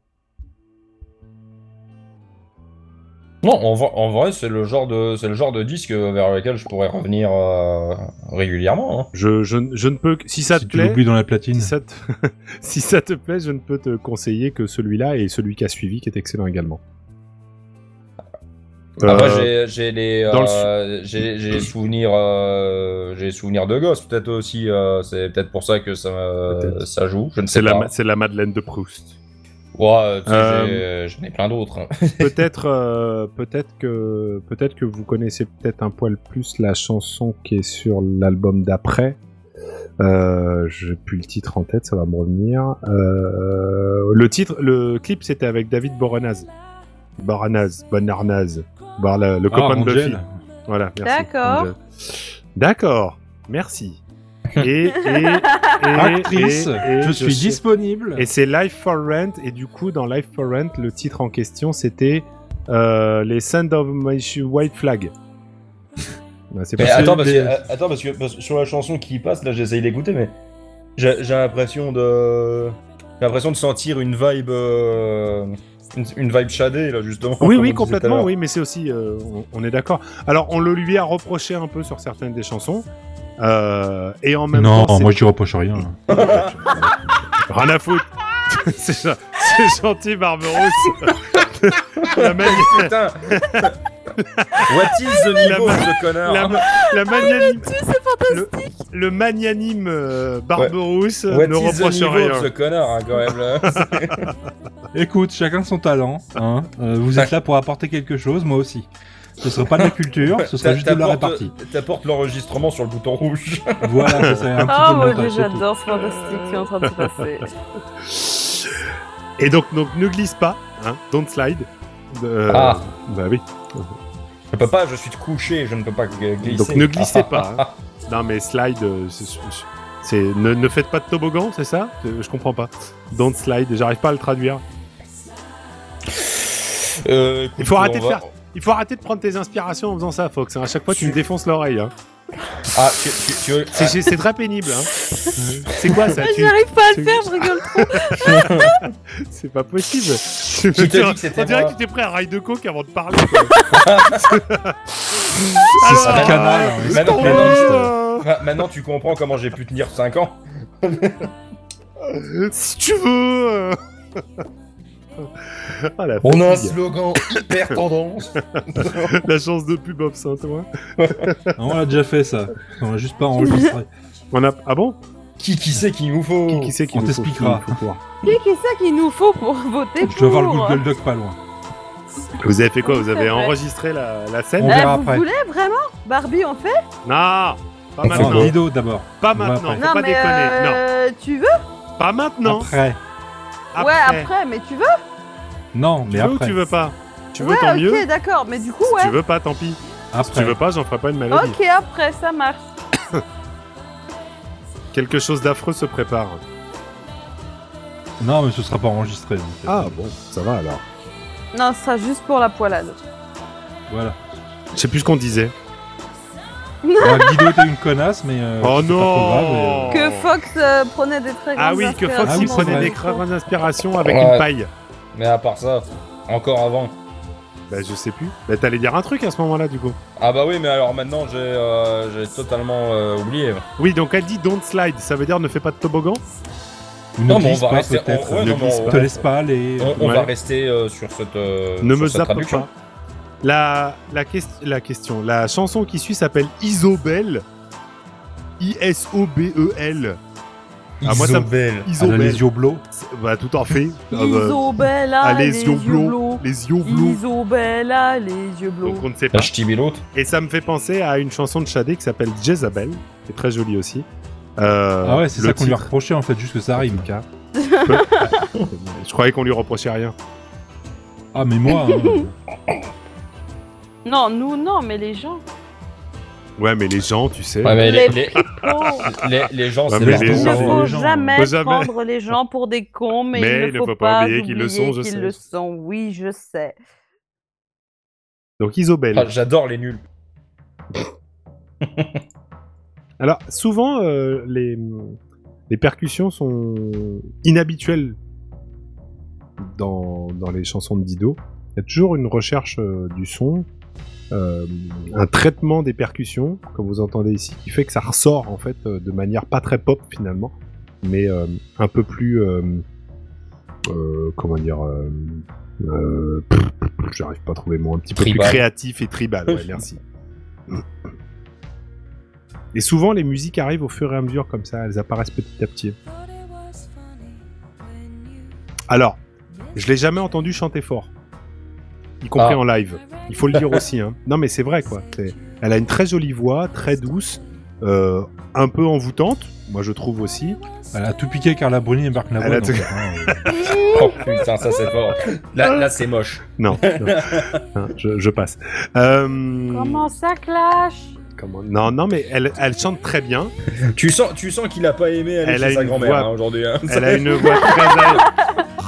Speaker 3: Non, en, vrai- en vrai, c'est le, genre de- c'est le genre de disque vers lequel je pourrais revenir euh, régulièrement. hein.
Speaker 1: Je, je, je ne peux que- si ça
Speaker 2: si
Speaker 1: te
Speaker 2: tu
Speaker 1: plaît,
Speaker 2: l'oublies dans la platine.
Speaker 1: si ça te, [LAUGHS] si ça te plaît, je ne peux te conseiller que celui-là et celui qui a suivi qui est excellent également.
Speaker 3: Après,
Speaker 1: Euh,
Speaker 3: Ah, j'ai- j'ai les,
Speaker 1: dans le
Speaker 3: euh, j'ai j'ai souvenirs, euh, j'ai souvenirs de gosse peut-être aussi. euh, c'est peut-être pour ça que ça, euh,
Speaker 1: Peut-être.
Speaker 3: ça joue. Je ne sais
Speaker 1: C'est la,
Speaker 3: pas.
Speaker 1: ma- c'est la Madeleine de
Speaker 3: [LAUGHS]
Speaker 1: Proust.
Speaker 3: Ouais, euh, tu sais,
Speaker 1: Euh,
Speaker 3: j'ai- j'en ai plein d'autres. hein.
Speaker 1: peut-être, euh, peut-être que, peut-être que vous connaissez peut-être un poil plus la chanson qui est sur l'album d'après. Euh, j'ai plus le titre en tête, ça va me revenir. Euh, le titre, le clip, c'était avec David Boranaz. Boranaz, Bonarnaz, Bar- le, le
Speaker 2: Ah,
Speaker 1: copain de
Speaker 2: Angel.
Speaker 1: Buffy. Voilà. merci,
Speaker 4: D'accord.
Speaker 1: Angel. D'accord. Merci. Et, et, et-
Speaker 3: Eh,
Speaker 2: Actrice,
Speaker 1: et- et
Speaker 2: je suis disponible.
Speaker 1: et c'est Life for Rent, et du coup, dans Life for Rent, le titre en question, c'était euh, Les Sons of My Sh- White Flag. Ouais, c'est
Speaker 3: Mais
Speaker 1: pas-
Speaker 3: attends, parce que,
Speaker 2: des-
Speaker 3: euh, attends parce que parce que sur la chanson qui passe, là, j'essaye d'écouter, mais j'ai j'ai l'impression de, j'ai l'impression de sentir une vibe, euh, une, une vibe shadée là justement.
Speaker 1: Oui,
Speaker 3: comme on
Speaker 1: oui,
Speaker 3: disait tout à
Speaker 1: complètement,
Speaker 3: l'heure.
Speaker 1: oui, mais c'est aussi, euh, on, on est d'accord. Alors, on le lui a reproché un peu sur certaines des chansons, euh, et en même temps, c'est-
Speaker 2: je lui reproche rien.
Speaker 1: rien à foutre. [LAUGHS] c'est gen- c'est gentil, Barberousse. [LAUGHS] la, mani-
Speaker 3: Putain. [LAUGHS] What is the niveau
Speaker 1: La-
Speaker 3: de ce connard
Speaker 1: la ma- la magnanime- le, le magnanime euh, Barberousse
Speaker 3: What
Speaker 1: ne
Speaker 3: is the
Speaker 1: reproche
Speaker 3: niveau
Speaker 1: rien.
Speaker 3: de ce connard hein, quand
Speaker 1: [LAUGHS]
Speaker 3: même là.
Speaker 2: Écoute, chacun son talent. hein. Euh, vous êtes là pour apporter quelque chose, moi aussi. Ce serait pas de la culture, ce serait juste de la
Speaker 3: T'apportes- euh,
Speaker 2: répartie.
Speaker 3: T'apportes l'enregistrement sur le bouton rouge.
Speaker 2: Voilà, c'est un petit
Speaker 4: Ah,
Speaker 2: peu de
Speaker 4: mon dieu,
Speaker 2: montage, c'est tout.
Speaker 4: j'adore ce fantastique qui est en train de se passer.
Speaker 1: Et donc, donc ne glisse pas, hein, don't slide. Euh,
Speaker 3: Ah.
Speaker 1: Bah oui.
Speaker 3: Je peux pas, je suis couché, je ne peux pas gl- glisser. Ah,
Speaker 1: Donc ne glissez pas. hein. Non mais slide, euh, c'est- c'est- c'est ne, ne faites pas de toboggan, c'est ça Euh, Je comprends pas. Don't slide, j'arrive pas à le traduire.
Speaker 3: Euh, écoute,
Speaker 1: Il faut
Speaker 3: on
Speaker 1: arrêter de
Speaker 3: va-
Speaker 1: faire. Il faut arrêter de prendre tes inspirations en faisant ça, Fox. hein. À chaque fois, tu me
Speaker 3: Tu-
Speaker 1: défonces l'oreille. hein.
Speaker 3: Ah, tu, tu- tu veux-
Speaker 1: C'est c'est très pénible. hein. c'est quoi ça
Speaker 4: J'y
Speaker 1: tu...
Speaker 4: arrive pas à
Speaker 1: tu-
Speaker 4: le faire, je rigole trop.
Speaker 1: [LAUGHS] C'est pas possible.
Speaker 3: Qui t'a dit que c'était
Speaker 1: On dirait
Speaker 3: moi
Speaker 1: que tu t'es pris un rail de coke avant de parler. quoi. [LAUGHS]
Speaker 2: C'est
Speaker 1: Alors,
Speaker 2: canal. hein.
Speaker 3: Mais non, mais non, mais
Speaker 1: euh,
Speaker 3: Ah, Ma- Maintenant, tu comprends comment j'ai pu tenir 5 ans.
Speaker 1: si tu veux. [LAUGHS] euh. Ah, la fatigue.
Speaker 3: slogan
Speaker 1: [LAUGHS]
Speaker 3: hyper tendance.
Speaker 1: La chance de pub hein, absinthe, ouais.
Speaker 2: Non, on l'a déjà fait ça. On l'a juste pas
Speaker 3: [LAUGHS]
Speaker 2: enregistré.
Speaker 1: On a... Ah bon
Speaker 3: Qui qui sait qu'il nous faut
Speaker 1: Qui, qui c'est qui
Speaker 2: On
Speaker 1: nous faut-
Speaker 2: t'expliquera.
Speaker 1: qui nous faut voir
Speaker 4: Qui qui ça qu'il nous faut pour [LAUGHS] voter
Speaker 2: Je dois voir le
Speaker 4: pour hein. euh,
Speaker 2: Google Doc pas loin.
Speaker 1: Vous avez fait quoi Vous avez
Speaker 4: Ouais.
Speaker 1: enregistré la, la scène
Speaker 2: On
Speaker 4: Eh,
Speaker 2: verra
Speaker 4: vous
Speaker 2: après.
Speaker 4: voulez vraiment Barbie, on fait
Speaker 1: Non Pas
Speaker 2: Non,
Speaker 1: maintenant.
Speaker 2: Dido d'abord.
Speaker 1: Pas
Speaker 2: on va
Speaker 1: maintenant.
Speaker 2: après.
Speaker 1: Faut pas
Speaker 4: mais
Speaker 1: déconner. Non.
Speaker 4: euh, tu veux
Speaker 1: Pas maintenant.
Speaker 2: Après.
Speaker 4: Ouais, après, mais tu veux
Speaker 2: Non,
Speaker 1: Tu
Speaker 2: mais
Speaker 1: veux ou
Speaker 2: après.
Speaker 1: tu veux pas Tu veux
Speaker 4: Ouais,
Speaker 1: tant
Speaker 4: ok,
Speaker 1: mieux.
Speaker 4: d'accord, mais du coup,
Speaker 1: Si tu
Speaker 4: ouais.
Speaker 1: veux pas, tant pis. Si tu
Speaker 2: Après.
Speaker 1: veux pas, j'en ferai pas une maladie.
Speaker 4: Ok, après, ça marche.
Speaker 1: Quelque chose d'affreux se prépare.
Speaker 2: Non, mais ce sera pas enregistré. donc, euh,
Speaker 1: bon, ça va alors.
Speaker 4: Non, ce sera juste pour la poilade.
Speaker 2: Voilà.
Speaker 1: Je sais plus ce qu'on disait.
Speaker 2: Bon, Bah, Guido était une connasse, mais. euh,
Speaker 1: oh
Speaker 2: c'est pas trop grave, mais,
Speaker 1: non
Speaker 4: Que Fox euh, prenait des très
Speaker 1: Oh. Ah
Speaker 4: grandes
Speaker 1: oui, que Fox il
Speaker 4: inspirations
Speaker 2: Ah oui,
Speaker 1: prenait
Speaker 2: c'est
Speaker 1: des
Speaker 2: vrai.
Speaker 1: grandes inspirations avec
Speaker 3: Ouais.
Speaker 1: une paille.
Speaker 3: Mais à part ça, encore avant.
Speaker 1: Bah je sais plus. Bah t'allais dire un truc à ce moment-là du coup.
Speaker 3: Ah bah oui, mais alors maintenant, j'ai euh, j'ai totalement euh, oublié.
Speaker 1: Oui, donc elle dit don't slide, ça veut dire ne fais pas de toboggan.
Speaker 2: euh, ne
Speaker 3: Non, mais on
Speaker 2: glisse
Speaker 3: va
Speaker 2: pas,
Speaker 3: rester- on-
Speaker 2: peut-être.
Speaker 3: ouais,
Speaker 2: Ne
Speaker 3: non, mais
Speaker 2: glisse
Speaker 3: on-
Speaker 2: pas. Te laisse pas aller.
Speaker 3: On, on
Speaker 1: Ouais.
Speaker 3: va rester euh, sur cette, euh,
Speaker 1: Ne
Speaker 3: sur
Speaker 1: me
Speaker 3: cette
Speaker 1: zappe
Speaker 3: traduction.
Speaker 1: pas. La, la, ques- la question, la chanson qui suit s'appelle Isobel. I-S-O-B-E-L. Ah, moi, ça me-
Speaker 3: Isobel.
Speaker 2: Ah,
Speaker 1: E
Speaker 2: là,
Speaker 1: Isobel.
Speaker 2: les yeux bleus.
Speaker 1: C'est- Bah, tout en fait. Ah, bah,
Speaker 4: Isobella,
Speaker 1: Ah, les
Speaker 4: les,
Speaker 1: yeux
Speaker 4: yeux
Speaker 1: bleus.
Speaker 4: bleus.
Speaker 1: les yeux bleus.
Speaker 4: Isobella, les yeux bleus.
Speaker 1: Donc, on ne sait pas.
Speaker 3: La ch'ti biloute.
Speaker 1: Et ça me fait penser à une chanson de Shadé qui s'appelle Jezabel, qui est très jolie aussi. Euh,
Speaker 2: Ah ouais, c'est
Speaker 1: le
Speaker 2: ça qu'on lui a
Speaker 1: titre,
Speaker 2: reproché en fait, juste que ça
Speaker 1: en
Speaker 2: rime.
Speaker 1: tout cas. [LAUGHS] Je croyais qu'on lui reprochait rien.
Speaker 2: Ah,
Speaker 1: [LAUGHS]
Speaker 2: mais moi. hein,
Speaker 4: Non, nous, non, mais
Speaker 1: [LAUGHS]
Speaker 4: les gens.
Speaker 1: Ouais, mais les gens, tu sais.
Speaker 3: Ouais, mais les,
Speaker 4: Les-
Speaker 3: les,
Speaker 4: Oh.
Speaker 3: les, les gens,
Speaker 1: Ouais,
Speaker 3: c'est
Speaker 1: mais
Speaker 3: leur
Speaker 1: les
Speaker 4: Il
Speaker 3: tour.
Speaker 4: ne
Speaker 1: gens-
Speaker 4: faut
Speaker 2: les gens.
Speaker 4: jamais,
Speaker 1: Faut jamais.
Speaker 4: prendre les gens pour des cons, mais, il ne faut, pas oublier qu'ils le sont.
Speaker 1: je sais.
Speaker 4: le sont, oui, je sais.
Speaker 1: Donc, Isobel.
Speaker 3: Ah, J'adore les nuls.
Speaker 1: Alors, souvent, euh, les, les percussions sont inhabituelles dans, dans les chansons de Dido. Il y a toujours une recherche euh, du son, euh, un traitement des percussions, comme vous entendez ici, qui fait que ça ressort en fait euh, de manière pas très pop finalement, mais euh, un peu plus euh, euh, comment dire, euh, euh, pff, j'arrive pas à trouver le mot, un petit peu plus
Speaker 3: Tribal.
Speaker 1: créatif et tribal. Ouais, merci. Et souvent, les musiques arrivent au fur et à mesure comme ça, elles apparaissent petit à petit. Alors, je l'ai jamais entendu chanter fort, y compris
Speaker 3: Ah.
Speaker 1: en live. Il faut le dire aussi. Hein. Non, mais c'est vrai quoi. C'est- Elle a une très jolie voix, très douce, euh, un peu envoûtante. Moi, je trouve aussi.
Speaker 2: Elle a tout piqué Carla Bruni et Marc Lavoine.
Speaker 1: Elle a
Speaker 2: en
Speaker 1: tout-
Speaker 2: fait,
Speaker 3: [LAUGHS]
Speaker 2: hein.
Speaker 3: Oh putain, ça c'est fort. Là, là c'est moche.
Speaker 1: Non, non. Non, je, je passe.
Speaker 2: Hmm.
Speaker 1: Euh,
Speaker 5: Comment ça clash
Speaker 1: comment- Non, non, mais elle, elle chante très bien.
Speaker 3: Tu sens, tu sens qu'il a pas aimé aller
Speaker 1: Elle
Speaker 3: chez
Speaker 1: a
Speaker 3: sa
Speaker 1: une
Speaker 3: grand-mère
Speaker 1: voix.
Speaker 3: hein, aujourd'hui. hein.
Speaker 1: Elle a une voix très belle.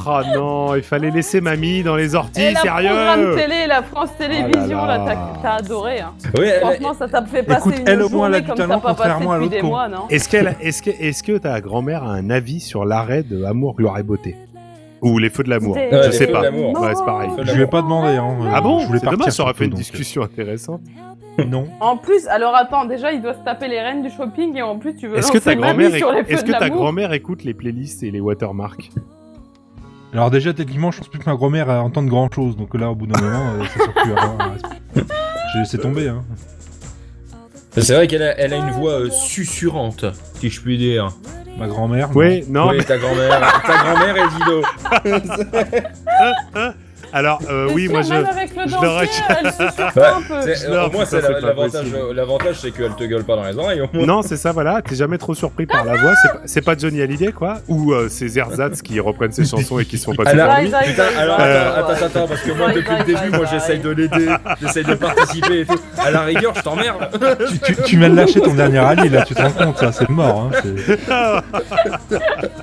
Speaker 1: Oh non, il fallait laisser mamie dans les
Speaker 4: Et
Speaker 1: orties,
Speaker 4: la programme
Speaker 1: sérieux
Speaker 4: télé, la France Télévisions,
Speaker 1: Oh là
Speaker 2: Ah
Speaker 4: là,
Speaker 1: là.
Speaker 4: t'as- t'as adoré. Hein.
Speaker 3: Oui, elle-
Speaker 4: Franchement, ça t'a fait passer
Speaker 2: Écoute,
Speaker 4: une
Speaker 2: elle, au
Speaker 4: journée
Speaker 2: moins, elle a du
Speaker 4: comme
Speaker 2: talent,
Speaker 4: t'as pas passé
Speaker 2: contrairement à
Speaker 4: depuis
Speaker 2: l'autre
Speaker 4: des
Speaker 2: con.
Speaker 4: mois, non
Speaker 1: Est-ce qu'elle, est-ce que, est-ce que ta grand-mère a un avis sur l'arrêt de Amour, gloire et beauté ou les feux de l'amour
Speaker 5: C'était-
Speaker 1: Je
Speaker 3: Ouais, Les
Speaker 1: sais
Speaker 3: Feux de
Speaker 1: pas.
Speaker 3: l'amour.
Speaker 1: Ouais, c'est pareil.
Speaker 3: Feux de
Speaker 2: Je lui ai pas demandé. Hein. euh,
Speaker 1: Ah bon
Speaker 2: je voulais
Speaker 1: C'est dommage,
Speaker 2: partir
Speaker 1: ça aurait fait une
Speaker 2: surtout, donc,
Speaker 1: discussion intéressante.
Speaker 2: euh, Non.
Speaker 4: En plus, alors attends, déjà, ils doivent se taper les reines du shopping et en plus, tu veux
Speaker 1: Est-ce
Speaker 4: lancer
Speaker 1: que ta
Speaker 4: Mamie
Speaker 1: grand-mère,
Speaker 4: sur les
Speaker 1: éc-
Speaker 4: feux
Speaker 1: est-ce
Speaker 4: de
Speaker 1: que ta
Speaker 4: l'amour
Speaker 1: grand-mère écoute les playlists et les watermarks
Speaker 2: Alors déjà, techniquement, je pense plus que ma grand-mère euh, entende grand-chose, donc là, au bout d'un moment, euh, c'est sûr que, euh, euh, j'ai laissé tomber. Hein.
Speaker 3: C'est vrai qu'elle a, elle a une voix euh, susurrante, si je puis dire.
Speaker 2: Ma grand-mère. non.
Speaker 1: Oui, non.
Speaker 3: oui,
Speaker 1: mais-
Speaker 3: ta grand-mère, ta grand-mère et
Speaker 1: [LAUGHS]
Speaker 3: Dido.
Speaker 1: Alors euh, oui,
Speaker 4: Sûr,
Speaker 1: moi je.
Speaker 4: Même avec le
Speaker 1: je
Speaker 4: dentier,
Speaker 1: l'aurais-
Speaker 4: elle
Speaker 1: [LAUGHS]
Speaker 4: se surprend
Speaker 3: Ouais,
Speaker 4: un peu.
Speaker 3: C'est-
Speaker 1: Non,
Speaker 3: euh, au moins,
Speaker 1: putain,
Speaker 3: c'est
Speaker 1: c'est
Speaker 3: la-
Speaker 1: pas
Speaker 3: l'avantage,
Speaker 1: possible.
Speaker 3: euh, l'avantage, c'est qu'elle te gueule pas dans les oreilles. Au moins.
Speaker 1: Non, c'est ça, voilà. T'es jamais trop surpris par la voix. C'est pas, c'est pas Johnny Hallyday, quoi. Ou euh, ces ersatz qui reprennent
Speaker 3: [LAUGHS]
Speaker 1: ses chansons et qui se font passer
Speaker 3: Elle
Speaker 2: Bah,
Speaker 3: a-
Speaker 1: pour lui.
Speaker 4: Bye, bye,
Speaker 3: Putain,
Speaker 4: bye,
Speaker 3: alors
Speaker 4: bye,
Speaker 3: attends,
Speaker 1: Euh,
Speaker 4: bye.
Speaker 3: attends, attends, parce que moi
Speaker 4: Bye,
Speaker 3: depuis le
Speaker 4: bye,
Speaker 3: début,
Speaker 4: bye,
Speaker 3: moi
Speaker 4: bye.
Speaker 3: j'essaye de l'aider, j'essaye de participer et tout. À la rigueur, je t'emmerde.
Speaker 2: Tu, tu- tu m'as lâché ton dernier rallye, là, tu te rends compte, ça, c'est mort. Hein,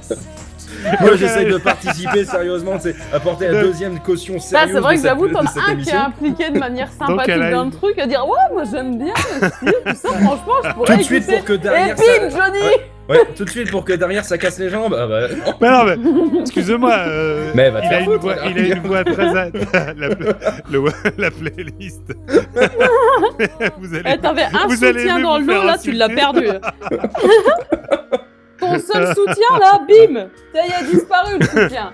Speaker 2: c'est-
Speaker 3: Moi j'essaye de participer sérieusement, c'est apporter la deuxième caution
Speaker 4: Ça,
Speaker 3: sérieuse.
Speaker 4: Bah, c'est vrai
Speaker 3: de
Speaker 4: que
Speaker 3: cette-
Speaker 4: j'avoue,
Speaker 3: de
Speaker 4: t'en
Speaker 3: cette
Speaker 4: as un qui est
Speaker 3: émission.
Speaker 4: impliqué de manière sympathique
Speaker 1: elle a
Speaker 4: dans
Speaker 1: une-
Speaker 4: le truc, à dire ouais, moi j'aime bien aussi, tout ça, franchement, je pourrais
Speaker 3: Tout de suite
Speaker 4: écouter.
Speaker 3: pour que
Speaker 4: Et
Speaker 3: derrière ça...
Speaker 4: pim, Johnny
Speaker 3: Ouais, tout de suite pour que derrière ça casse les jambes. Ah bah, non.
Speaker 1: Mais non, mais excusez-moi. euh,
Speaker 3: Mais va te
Speaker 1: il,
Speaker 3: faire
Speaker 1: a une
Speaker 3: foutre, hein.
Speaker 1: voix,
Speaker 3: alors.
Speaker 1: il a une voix très. a- [LAUGHS] la, pla- le- la playlist. [LAUGHS] vous allez.
Speaker 4: Eh, T'avais un
Speaker 1: Vous allez
Speaker 4: soutien
Speaker 1: aimer
Speaker 4: dans
Speaker 1: vous
Speaker 4: l'eau,
Speaker 1: faire
Speaker 4: là, tu l'as
Speaker 1: insulter.
Speaker 4: perdu. Ton seul soutien, là, bim Ça y est, disparu le soutien.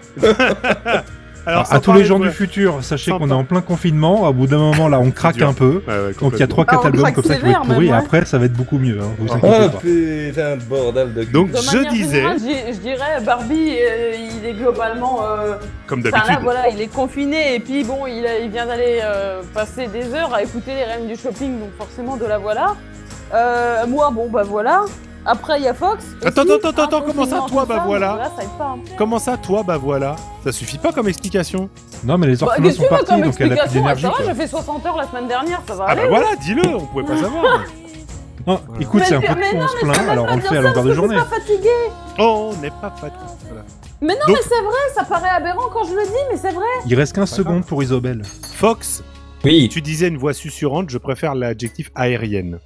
Speaker 2: Alors,
Speaker 1: sans
Speaker 2: à tous
Speaker 1: parler
Speaker 2: les gens
Speaker 1: de-
Speaker 2: du futur, sachez
Speaker 1: Sans
Speaker 2: qu'on est
Speaker 1: par-
Speaker 2: en plein confinement, au bout d'un moment, là, on craque
Speaker 1: dur.
Speaker 2: un peu.
Speaker 1: Ouais, ouais,
Speaker 2: Donc il y a
Speaker 1: complètement.
Speaker 2: 3
Speaker 4: Ah,
Speaker 2: 4
Speaker 4: on
Speaker 2: albums
Speaker 4: craque
Speaker 2: comme ça qui vont
Speaker 4: sévère,
Speaker 2: être pourris et
Speaker 4: même, ouais.
Speaker 2: après ça va être beaucoup mieux hein, vous
Speaker 3: Oh
Speaker 2: inquiétez pas.
Speaker 3: putain de bordel de cul.
Speaker 1: Donc
Speaker 4: De
Speaker 1: je
Speaker 4: manière
Speaker 1: disais,
Speaker 4: générale, j'ai- je dirais, Barbie, euh, il est globalement... euh,
Speaker 1: comme
Speaker 4: Enfin
Speaker 1: d'habitude.
Speaker 4: là, voilà, il est confiné et puis bon, il, a- il vient d'aller euh, passer des heures à écouter les reines du shopping, donc forcément de la voilà. Euh, moi, bon, bah voilà. Après, il y a Fox. Et
Speaker 1: Attends,
Speaker 4: si,
Speaker 1: attends, attends,
Speaker 4: un
Speaker 1: attends, comment ça,
Speaker 4: confinement,
Speaker 1: toi,
Speaker 4: tout
Speaker 1: bah
Speaker 4: ça,
Speaker 1: voilà
Speaker 4: donc ça aide pas. hein.
Speaker 1: Comment ça, toi, bah voilà Ça suffit pas comme explication.
Speaker 2: Non mais les
Speaker 4: Bah,
Speaker 2: orphelins
Speaker 4: qu'est-ce que
Speaker 2: sont
Speaker 4: tu veux
Speaker 2: partis
Speaker 4: comme
Speaker 2: donc elle a plus
Speaker 4: explication Ah,
Speaker 2: d'énergie.
Speaker 4: Ça va,
Speaker 2: quoi.
Speaker 4: j'ai fait 60 heures la semaine dernière, ça va
Speaker 1: Ah
Speaker 4: aller.
Speaker 1: bah voilà, dis-le, on pouvait pas savoir.
Speaker 2: Non,
Speaker 1: Voilà.
Speaker 2: écoute, c'est un
Speaker 4: Mais-
Speaker 2: peu de
Speaker 4: mais
Speaker 2: fond,
Speaker 4: non,
Speaker 2: on se plaint,
Speaker 4: peux
Speaker 2: alors
Speaker 4: pas
Speaker 2: on le
Speaker 4: dire
Speaker 2: fait à
Speaker 4: ça,
Speaker 2: longueur de
Speaker 4: parce que
Speaker 2: journée.
Speaker 4: c'est pas fatigué.
Speaker 1: Oh, on n'est pas fatigué. Voilà.
Speaker 4: Mais non,
Speaker 1: Donc-
Speaker 4: mais c'est vrai, ça paraît aberrant quand je le dis, mais c'est vrai.
Speaker 2: Il reste 15
Speaker 1: Pas
Speaker 2: secondes pour Isobel.
Speaker 1: Fox,
Speaker 3: Oui,
Speaker 1: tu disais une voix susurrante, je préfère l'adjectif aérienne.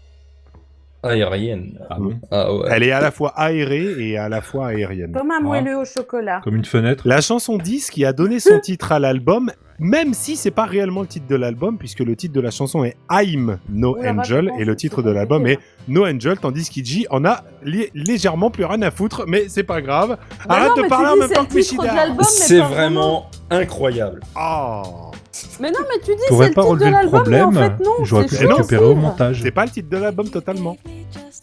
Speaker 3: Ah, y a rien. Ah,
Speaker 1: bon
Speaker 3: ah ouais.
Speaker 1: Elle est à la fois aérée et à la fois aérienne.
Speaker 5: Comme un
Speaker 2: moelleux
Speaker 5: moelleux au chocolat.
Speaker 2: Comme une fenêtre.
Speaker 1: La chanson 10 qui a donné
Speaker 4: [LAUGHS]
Speaker 1: son titre à l'album, même si c'est pas réellement le titre de l'album, puisque le titre de la chanson est I'm No
Speaker 5: Ouh la
Speaker 4: bah,
Speaker 5: vache,
Speaker 1: Angel
Speaker 5: attends,
Speaker 1: et le
Speaker 5: c'est-
Speaker 1: titre
Speaker 5: c'est
Speaker 1: de l'album est
Speaker 5: compliqué,
Speaker 1: No Angel, tandis qu'Iji en a li- légèrement plus rien à foutre, mais c'est pas grave. Arrête
Speaker 4: Bah non,
Speaker 1: de
Speaker 4: mais
Speaker 1: parler
Speaker 4: tu
Speaker 1: en
Speaker 4: dis,
Speaker 1: même
Speaker 4: c'est
Speaker 1: temps
Speaker 4: le
Speaker 1: que
Speaker 4: titre de
Speaker 1: Michida.
Speaker 4: l'album. mais
Speaker 3: C'est
Speaker 4: pas
Speaker 3: vraiment incroyable.
Speaker 1: Oh,
Speaker 4: Mais non, mais tu dis, c'est
Speaker 2: T'aurais
Speaker 4: le
Speaker 2: pas
Speaker 4: titre
Speaker 2: relevé
Speaker 4: de
Speaker 2: le
Speaker 4: l'album, mais en
Speaker 2: problème,
Speaker 4: fait non.
Speaker 2: j'aurais pu
Speaker 4: c'est Bah,
Speaker 1: chaud,
Speaker 2: le
Speaker 4: chiant,
Speaker 2: récupérer au
Speaker 4: c'est-
Speaker 2: montage.
Speaker 1: c'est pas le titre de l'album totalement.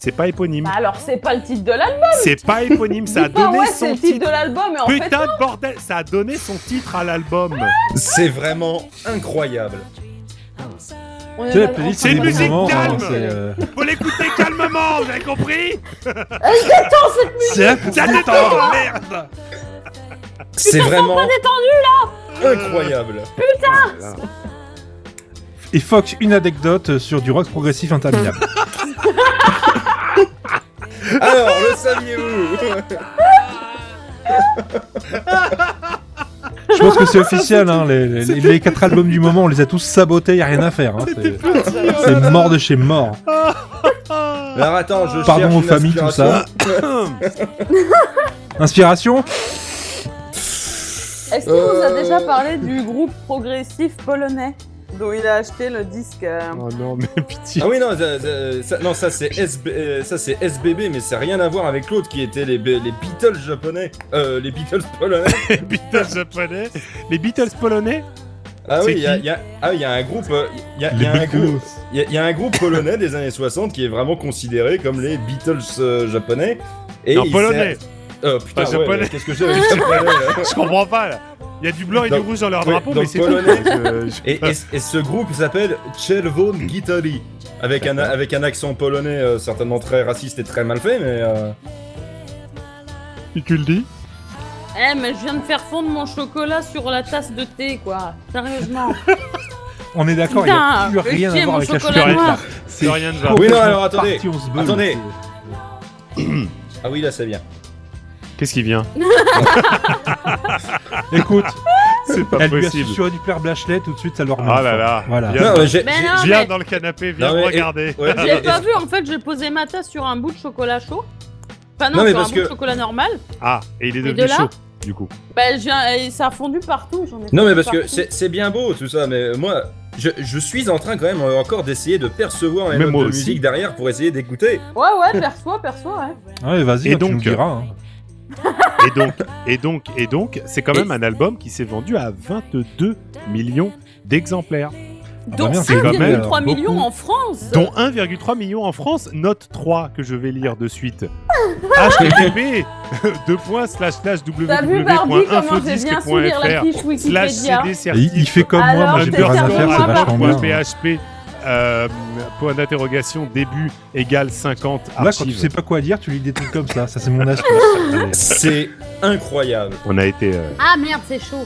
Speaker 1: C'est pas éponyme.
Speaker 4: Bah alors, c'est pas le titre de l'album.
Speaker 1: C'est pas éponyme,
Speaker 4: [LAUGHS]
Speaker 1: ça a
Speaker 4: Dis pas,
Speaker 1: donné
Speaker 4: ouais, c'est
Speaker 1: son
Speaker 4: le titre
Speaker 1: titre.
Speaker 4: de l'album, mais en fait,
Speaker 1: Putain de bordel, ça a donné son titre à l'album.
Speaker 3: C'est vraiment incroyable.
Speaker 4: on
Speaker 2: Tu sais, la
Speaker 4: en
Speaker 2: playlist,
Speaker 4: train
Speaker 1: c'est
Speaker 2: des
Speaker 4: de-
Speaker 1: musique
Speaker 2: bons moments, hein,
Speaker 1: calme.
Speaker 2: c'est, euh,
Speaker 1: Faut l'écouter calmement, vous avez compris
Speaker 2: C'est là pour
Speaker 1: Ça détend, merde
Speaker 3: C'est vraiment. Incroyable.
Speaker 2: Et Fox, une anecdote sur du rock progressif interminable.
Speaker 3: Alors, le saviez-vous
Speaker 2: Je pense que c'est officiel, hein, les, les- les quatre albums du moment, on les a tous sabotés, y a rien à faire. hein, c'est- c'est mort de chez mort.
Speaker 1: Ah.
Speaker 3: Alors attends, je
Speaker 2: Pardon
Speaker 3: cherche
Speaker 2: aux
Speaker 3: une
Speaker 2: familles, tout ça.
Speaker 3: inspiration.
Speaker 2: Inspiration
Speaker 4: Est-ce qu'on vous a déjà parlé du groupe progressif polonais dont il a acheté le disque. euh,
Speaker 1: Oh non, mais pitié.
Speaker 3: Ah oui, non, ça, ça- ça- non, ça c'est SB, euh, ça, c'est SBB, mais ça n'a rien à voir avec l'autre qui était les, B- les Beatles japonais. Euh, les Beatles
Speaker 1: [LAUGHS]
Speaker 3: polonais.
Speaker 1: les Beatles japonais. Les Beatles polonais
Speaker 3: Ah
Speaker 1: C'est
Speaker 3: oui, il y a,
Speaker 1: qui
Speaker 3: il y a- ah, il y a un groupe. euh, Il y a, il y a un groupe. Il y a- il y, a un groupe polonais des années 60 qui est vraiment considéré comme les Beatles euh, japonais. Et
Speaker 1: Non,
Speaker 3: il
Speaker 1: polonais.
Speaker 3: s'est- Euh, putain,
Speaker 1: Pas
Speaker 3: ouais,
Speaker 1: japonais.
Speaker 3: mais qu'est-ce que j'ai avec japonais
Speaker 1: [LAUGHS]
Speaker 3: là
Speaker 1: Je comprends pas, là. Il y a du blanc et
Speaker 3: Donc-
Speaker 1: du rouge dans leur
Speaker 3: ouais,
Speaker 1: drapeau,
Speaker 3: donc
Speaker 1: mais c'est
Speaker 3: polonais.
Speaker 1: tout. Je- je-
Speaker 3: et, et- et ce groupe s'appelle Czerwon Gitari, avec un, avec un accent polonais euh, certainement très raciste et très mal fait, mais... euh,
Speaker 1: Si tu le dis.
Speaker 7: Eh, mais je viens de faire fondre mon chocolat sur la tasse de thé, quoi. Sérieusement.
Speaker 2: On est d'accord, il n'y
Speaker 7: Putain,
Speaker 2: a plus rien
Speaker 7: qui est
Speaker 2: à voir
Speaker 7: mon
Speaker 2: avec la
Speaker 7: chocolat
Speaker 2: chocolat.
Speaker 7: noir
Speaker 2: là.
Speaker 1: C'est rien de genre.
Speaker 3: Oui, non, alors, attendez.
Speaker 2: Parti, on se beule.
Speaker 3: Attendez. Ah oui, là c'est bien.
Speaker 1: Qu'est-ce qui vient [LAUGHS]
Speaker 2: Écoute,
Speaker 1: C'est pas
Speaker 2: elle lui a
Speaker 1: possible.
Speaker 2: susurré du père Blachelet, tout de suite ça leur met
Speaker 1: Ah
Speaker 2: un
Speaker 1: là
Speaker 2: fond.
Speaker 1: là.
Speaker 2: Voilà.
Speaker 1: Viens,
Speaker 3: Non, mais j'ai-
Speaker 7: Mais
Speaker 3: j'ai-
Speaker 7: non,
Speaker 1: viens
Speaker 7: mais-
Speaker 1: dans le canapé, viens
Speaker 3: Non, mais-
Speaker 1: me regarder.
Speaker 3: ouais,
Speaker 7: Je
Speaker 3: et-
Speaker 7: l'ai
Speaker 3: et-
Speaker 7: pas vu, en fait, j'ai posé ma tasse sur un bout de chocolat chaud. Enfin, non,
Speaker 3: Non, mais
Speaker 7: sur un
Speaker 3: parce
Speaker 7: bout
Speaker 3: que-
Speaker 7: de chocolat normal.
Speaker 1: Ah, et il est
Speaker 7: Mais
Speaker 1: devenu
Speaker 7: de là-
Speaker 1: chaud, du coup.
Speaker 7: Bah, j'ai un- et ça a fondu partout. j'en ai
Speaker 3: Non mais
Speaker 7: fondu
Speaker 3: parce que
Speaker 7: partout.
Speaker 3: c'est c'est bien beau tout ça, mais moi je, je suis en train quand même euh, encore d'essayer de percevoir les
Speaker 1: Mais
Speaker 3: notes
Speaker 1: moi
Speaker 3: de
Speaker 1: aussi.
Speaker 3: musique derrière pour essayer d'écouter.
Speaker 7: Ouais, ouais, perçois, perçois, ouais.
Speaker 2: Ouais, vas-y,
Speaker 1: Et
Speaker 2: hein, tu
Speaker 1: donc,
Speaker 2: nous diras, hein.
Speaker 1: Et donc, et donc, et donc, c'est quand
Speaker 3: Et-
Speaker 1: même un album qui s'est vendu à 22 millions d'exemplaires,
Speaker 7: Dont
Speaker 2: merde,
Speaker 1: c'est Ah, quand même
Speaker 7: 1,3
Speaker 2: beaucoup.
Speaker 7: millions en France.
Speaker 1: dont 1,3 million en France. Note 3 que je vais lire de suite. Ah, [LAUGHS] http
Speaker 4: T'as vu Bah, Barbie comment j'ai bien su lire la
Speaker 1: www.infodisque.fr
Speaker 4: fiche
Speaker 1: slash
Speaker 4: Wikipédia
Speaker 1: euh,
Speaker 2: Et il, il fait comme moi,
Speaker 1: Ah,
Speaker 4: Alors,
Speaker 2: moi j'ai
Speaker 4: t'es
Speaker 2: plus rien à faire, c'est
Speaker 4: serveur
Speaker 2: vachement
Speaker 4: à
Speaker 2: bien. hein.
Speaker 1: PHP euh, point d'interrogation début égale 50
Speaker 2: Là, quand tu
Speaker 1: archives.
Speaker 2: sais pas quoi dire, tu lis des trucs comme ça. Ça, c'est mon astuce.
Speaker 3: C'est incroyable.
Speaker 1: On a été. euh,
Speaker 7: Ah merde, c'est chaud.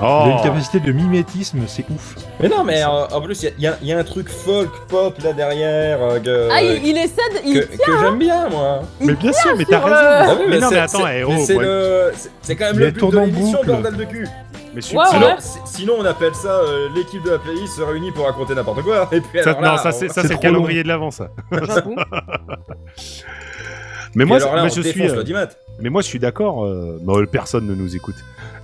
Speaker 2: Il a
Speaker 1: Oh,
Speaker 2: une capacité de mimétisme, c'est ouf.
Speaker 3: Mais non mais euh, en plus il y, a- il y a un truc folk pop là derrière euh, que,
Speaker 7: Ah, il, il essaie de.
Speaker 3: que,
Speaker 7: Il...
Speaker 3: que j'aime bien moi.
Speaker 1: mais bien sûr, mais t'as
Speaker 4: sur
Speaker 1: raison.
Speaker 3: Ah oui,
Speaker 1: Mais non,
Speaker 3: c'est-
Speaker 1: mais attends,
Speaker 3: c'est-
Speaker 1: eh, oh,
Speaker 3: mais c'est
Speaker 1: ouais.
Speaker 3: le- c'est- c'est quand même
Speaker 2: Il
Speaker 3: le
Speaker 2: la
Speaker 3: but
Speaker 2: tourne
Speaker 3: de
Speaker 2: en
Speaker 3: l'émission,
Speaker 2: boucle.
Speaker 3: bordel de cul.
Speaker 1: Mais je suis-
Speaker 7: Ouais,
Speaker 3: sinon,
Speaker 7: ouais.
Speaker 3: si- sinon, on appelle ça euh, l'équipe de la playlist se réunit pour raconter n'importe quoi. Et puis
Speaker 1: Ça,
Speaker 3: alors là,
Speaker 1: non, ça
Speaker 3: on-
Speaker 1: c'est ça,
Speaker 2: c'est
Speaker 1: c'est le
Speaker 2: trop long.
Speaker 1: calendrier de l'avant, ça.
Speaker 4: J'avoue.
Speaker 1: Mais
Speaker 3: et
Speaker 1: moi,
Speaker 3: alors là,
Speaker 1: mais
Speaker 3: on
Speaker 1: je suis,
Speaker 3: défonce
Speaker 1: euh,
Speaker 3: l'audimat.
Speaker 1: mais moi, je suis d'accord. euh, non, personne ne nous écoute.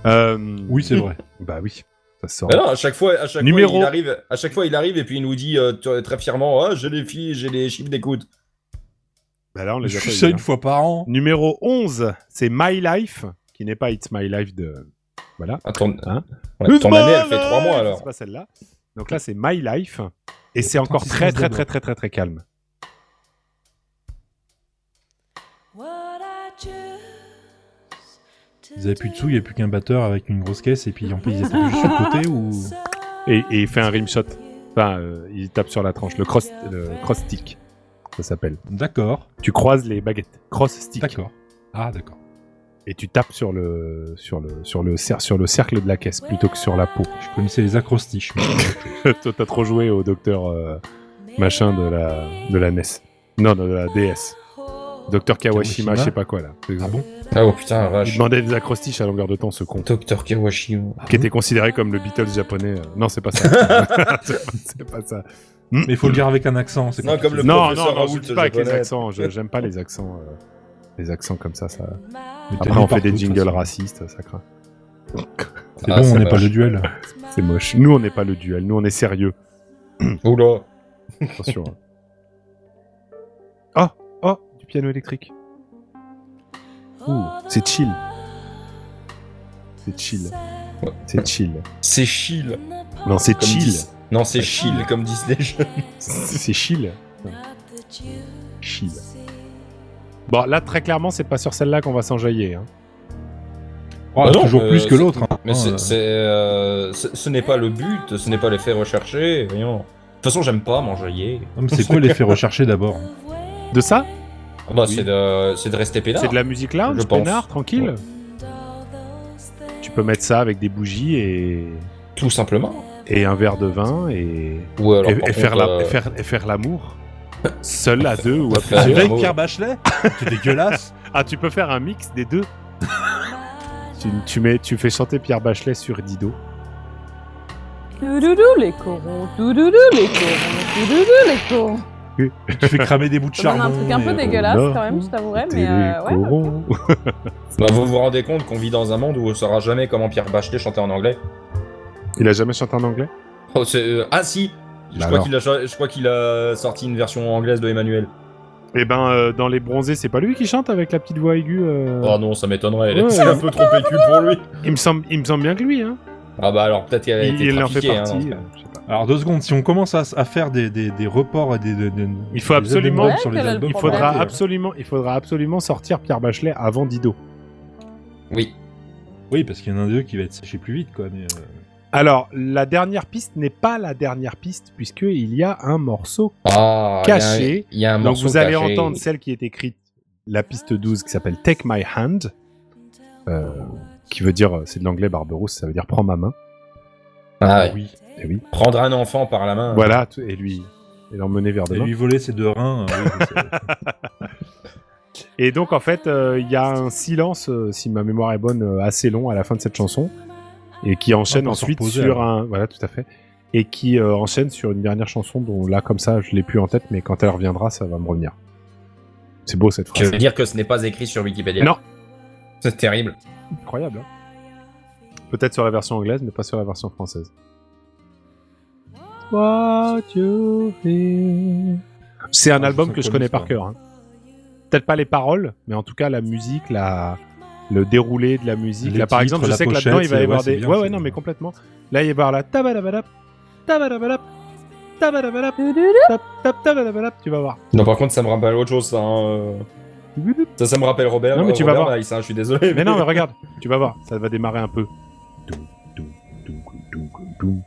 Speaker 1: Euh,
Speaker 2: Oui, c'est vrai.
Speaker 1: Bah oui, ça sort.
Speaker 3: Bah non, à chaque fois, à chaque
Speaker 1: Numéro.
Speaker 3: fois, il arrive, à chaque fois, il arrive et puis il nous dit euh, t- très fièrement, ah, j'ai les filles, j'ai les chiffres d'écoute.
Speaker 1: Bah là, on les
Speaker 2: Je
Speaker 1: a
Speaker 2: fais
Speaker 1: pas
Speaker 2: ça
Speaker 1: eu,
Speaker 2: une
Speaker 1: hein.
Speaker 2: fois par an.
Speaker 1: Numéro 11, c'est My Life, qui n'est pas It's My Life de. Voilà.
Speaker 3: Attends,
Speaker 1: Hein
Speaker 3: ouais, Ah, ton
Speaker 1: It's
Speaker 3: année,
Speaker 1: my
Speaker 3: elle fait trois
Speaker 1: life
Speaker 3: mois alors.
Speaker 1: C'est pas celle-là. Donc là, c'est My Life. Et c'est encore très,
Speaker 2: Tant qu'ils sont
Speaker 1: très,
Speaker 2: dedans.
Speaker 1: très, très, très, très calme.
Speaker 2: Ils avaient plus de sous, il n'y avait plus qu'un batteur avec une grosse caisse, et puis en plus, ils étaient juste sur le côté ou.
Speaker 1: Et, et il fait un rimshot. Enfin, euh, il tape sur la tranche. Le cross, le cross stick, ça s'appelle.
Speaker 2: D'accord,
Speaker 1: Tu croises les baguettes. Cross stick.
Speaker 2: d'accord. Ah, d'accord.
Speaker 1: et tu tapes sur le sur le sur le cer- sur le cercle de la caisse plutôt que sur la peau.
Speaker 2: Je connaissais les acrostiches. moi.
Speaker 1: [LAUGHS] Toi, t'as trop joué au docteur euh, machin de la de la NES. Non, non, de la DS. Docteur Kawashima,
Speaker 2: Kawashima
Speaker 1: je sais pas quoi là.
Speaker 2: Ah bon
Speaker 3: Ah oh putain,
Speaker 1: Il demandait des acrostiches à longueur de temps, ce con.
Speaker 3: Docteur Kawashima.
Speaker 1: Qui était considéré comme le Beatles japonais. euh. Non, c'est pas ça.
Speaker 2: [LAUGHS]
Speaker 1: c'est pas- c'est pas ça.
Speaker 2: Mais il faut le dire avec un accent, c'est
Speaker 3: Non,
Speaker 2: compliqué.
Speaker 3: comme le
Speaker 1: non,
Speaker 3: professeur
Speaker 1: non, non, je
Speaker 3: Raoult
Speaker 1: dis pas avec les
Speaker 3: japonais.
Speaker 1: accents. je- J'aime pas les accents. euh, les accents comme ça,
Speaker 2: Ah,
Speaker 1: ça.
Speaker 2: Mais t'as
Speaker 1: Après, on
Speaker 2: dit
Speaker 1: fait
Speaker 2: partout,
Speaker 1: des
Speaker 2: de toute
Speaker 1: jingles
Speaker 2: façon.
Speaker 1: racistes, ça craint.
Speaker 2: C'est
Speaker 3: Ah,
Speaker 2: bon,
Speaker 3: ça
Speaker 2: on n'est
Speaker 3: va.
Speaker 2: pas le duel.
Speaker 1: C'est moche. Nous, on n'est pas le duel. Nous, on est sérieux.
Speaker 3: Oula.
Speaker 1: Attention. hein. oh,
Speaker 2: Ah,
Speaker 1: oh, du piano électrique. Ouh, c'est chill. C'est chill. C'est chill.
Speaker 3: C'est chill.
Speaker 1: Non, c'est
Speaker 3: comme
Speaker 1: chill.
Speaker 3: dis- Non,
Speaker 1: Ah,
Speaker 3: c'est chill comme disent les jeunes.
Speaker 1: C'est chill. Chill. Bon, là, très clairement, c'est pas sur celle-là qu'on va s'enjailler. Hein.
Speaker 2: Oh,
Speaker 3: Bah non,
Speaker 2: toujours
Speaker 3: euh,
Speaker 2: plus que
Speaker 3: c'est-
Speaker 2: l'autre. hein.
Speaker 1: Oh
Speaker 3: Mais c'est-
Speaker 2: Euh,
Speaker 3: c'est, euh, ce ce n'est pas le but, ce n'est pas l'effet recherché. Voyons. De toute façon, j'aime pas m'enjailler.
Speaker 2: non, mais
Speaker 3: [LAUGHS]
Speaker 2: c'est quoi l'effet recherché d'abord
Speaker 1: De ça
Speaker 3: Ah Bah,
Speaker 1: Oui.
Speaker 3: c'est de, c'est de rester pédale.
Speaker 1: C'est de la musique là,
Speaker 3: Je
Speaker 1: je
Speaker 3: pense.
Speaker 1: peinard, tranquille.
Speaker 3: Ouais.
Speaker 1: Tu peux mettre ça avec des bougies et,
Speaker 3: Tout simplement.
Speaker 1: et un verre de vin et,
Speaker 3: Ou alors,
Speaker 1: et-
Speaker 3: par
Speaker 1: et faire
Speaker 3: contre,
Speaker 1: la-
Speaker 3: euh,
Speaker 1: et faire- et faire l'amour. Seul à deux ou à
Speaker 3: Faire-
Speaker 1: plusieurs.
Speaker 3: Avec Pierre Bravo.
Speaker 2: Bachelet C'est dégueulasse
Speaker 1: Ah, tu peux faire un mix des deux. tu, tu mets, tu fais chanter Pierre Bachelet sur Dido.
Speaker 4: Toudoudou les corons, toudoudou les corons, toudoudou les corons.
Speaker 2: [LAUGHS] Tu fais cramer des bouts de
Speaker 4: Ça donne
Speaker 2: charbon.
Speaker 4: un truc un peu
Speaker 2: et-
Speaker 4: dégueulasse
Speaker 1: non.
Speaker 4: quand même, je t'avouerais, mais
Speaker 1: Télé,
Speaker 4: euh, ouais.
Speaker 1: coron.
Speaker 3: bah, vous vous rendez compte qu'on vit dans un monde où on saura jamais comment Pierre Bachelet chantait en anglais
Speaker 1: Il a jamais chanté en anglais
Speaker 3: Oh, c'est- euh, ah si je
Speaker 1: Bah
Speaker 3: crois,
Speaker 1: alors.
Speaker 3: qu'il a, cha- je crois qu'il a sorti une version anglaise de Emmanuel.
Speaker 1: Eh ben, euh, dans Les Bronzés, c'est pas lui qui chante avec la petite voix aiguë euh,
Speaker 3: Oh non, ça m'étonnerait. elle est-
Speaker 1: Ouais.
Speaker 3: C'est un peu trop PQ pour lui.
Speaker 1: il, me semble, il me semble bien que lui, hein.
Speaker 3: Ah bah alors peut-être qu'il a
Speaker 1: Il,
Speaker 3: été
Speaker 1: il en fait
Speaker 3: trafiqué, hein,
Speaker 1: partie.
Speaker 3: dans ce
Speaker 1: euh,
Speaker 3: cas.
Speaker 1: je sais pas.
Speaker 2: Alors deux secondes, si on commence à, à faire des, des, des reports et des, des- des-
Speaker 1: Il faut
Speaker 2: des
Speaker 1: absolument-
Speaker 2: addendums sur
Speaker 7: Ouais,
Speaker 2: les
Speaker 7: quel est le
Speaker 2: albums,
Speaker 1: il,
Speaker 7: Bon,
Speaker 1: faudra
Speaker 7: bah,
Speaker 2: euh,
Speaker 1: absolument, il faudra absolument sortir Pierre Bachelet avant Dido.
Speaker 3: Oui.
Speaker 2: Oui, parce qu'il y en a un des deux qui va être séché plus vite, quoi. Mais, euh,
Speaker 1: Alors, la dernière piste n'est pas la dernière piste, puisqu'il y a un morceau.
Speaker 3: Ah,
Speaker 1: Caché.
Speaker 3: Il y a un, il y a un
Speaker 1: Donc,
Speaker 3: morceau
Speaker 1: vous allez
Speaker 3: caché.
Speaker 1: entendre celle qui est écrite, la piste 12, qui s'appelle Take My Hand, euh, qui veut dire, euh, c'est de l'anglais Barberousse, ça veut dire Prends ma main.
Speaker 3: Ah ouais.
Speaker 2: oui.
Speaker 1: Et oui.
Speaker 3: Prendre un enfant par la main.
Speaker 1: Voilà, tout- et lui, et l'emmener vers
Speaker 2: Et
Speaker 1: demain.
Speaker 2: lui voler ses deux reins. euh, oui, c'est-
Speaker 1: Et donc en fait, euh, il y a un silence, euh, si ma mémoire est bonne, euh, assez long à la fin de cette chanson, et qui enchaîne
Speaker 2: Ah, pour se
Speaker 1: ensuite
Speaker 2: reposer,
Speaker 1: sur
Speaker 2: alors.
Speaker 1: un, voilà, tout à fait, et qui euh, enchaîne sur une dernière chanson dont là comme ça, je l'ai plus en tête, mais quand elle reviendra, ça va me revenir. C'est beau cette
Speaker 3: Je
Speaker 1: phrase.
Speaker 3: veux dire que ce n'est pas écrit sur Wikipédia.
Speaker 1: Non.
Speaker 3: C'est terrible.
Speaker 1: Incroyable. hein. Peut-être sur la version anglaise, mais pas sur la version française. What you feel. C'est un
Speaker 2: Ah,
Speaker 1: album
Speaker 2: je
Speaker 1: que je
Speaker 2: sens
Speaker 1: connais
Speaker 2: comme
Speaker 1: par
Speaker 2: ça.
Speaker 1: cœur. hein. Peut-être pas les paroles, mais en tout cas la musique, la... le déroulé de la musique.
Speaker 2: Les
Speaker 1: Là, par
Speaker 2: titres,
Speaker 1: exemple, je
Speaker 2: la
Speaker 1: sais que là-dedans il
Speaker 2: pochette,
Speaker 1: va y
Speaker 2: ouais,
Speaker 1: avoir
Speaker 2: c'est
Speaker 1: des.
Speaker 2: bien,
Speaker 1: ouais,
Speaker 2: c'est
Speaker 1: ouais, non,
Speaker 2: bien.
Speaker 1: mais complètement. Là, il va y avoir la tabadabalap, tabadabalap, tabadabalap, tap, tap, tabadabalap, tu vas voir.
Speaker 3: Non, par contre, ça me rappelle autre chose, ça. hein, euh. Ça, ça me rappelle Robert.
Speaker 1: Non, mais
Speaker 3: euh,
Speaker 1: tu vas
Speaker 3: Robert
Speaker 1: voir.
Speaker 3: Weiss, hein, je suis désolé. [LAUGHS]
Speaker 1: Mais non, mais regarde, tu vas voir, ça va démarrer un peu. Doum, doum, doum, doum, doum.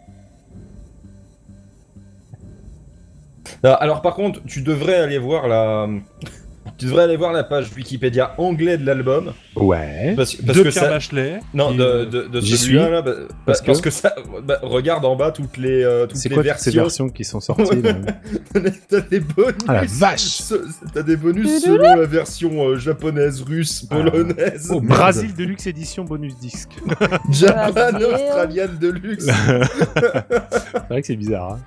Speaker 3: Ah, Alors, par contre, tu devrais aller voir la. Tu devrais aller voir la page Wikipédia anglais de l'album.
Speaker 1: Ouais.
Speaker 3: Parce, parce
Speaker 2: de
Speaker 3: que
Speaker 2: Pierre
Speaker 3: ça.
Speaker 2: Bachelet.
Speaker 3: Non,
Speaker 2: qui-
Speaker 3: de, de, de
Speaker 1: euh, J'y
Speaker 3: celui-là,
Speaker 1: suis.
Speaker 3: là, bah, bah,
Speaker 1: Parce
Speaker 3: parce,
Speaker 1: que-
Speaker 3: que... ça. bah, regarde en bas toutes les, euh, toutes
Speaker 1: C'est
Speaker 3: les
Speaker 1: quoi toutes
Speaker 3: versions.
Speaker 1: ces versions qui sont sorties là
Speaker 3: [LAUGHS] T'as des bonus.
Speaker 1: Ah, la vache.
Speaker 3: se- T'as des bonus selon la version euh, japonaise, russe,
Speaker 1: Ah.
Speaker 3: polonaise,
Speaker 1: bah.
Speaker 2: Oh, merde.
Speaker 1: Brasil Deluxe Edition bonus disque.
Speaker 3: Japan,
Speaker 5: Brasil.
Speaker 3: australienne de luxe.
Speaker 1: [LAUGHS] C'est vrai que c'est bizarre. hein.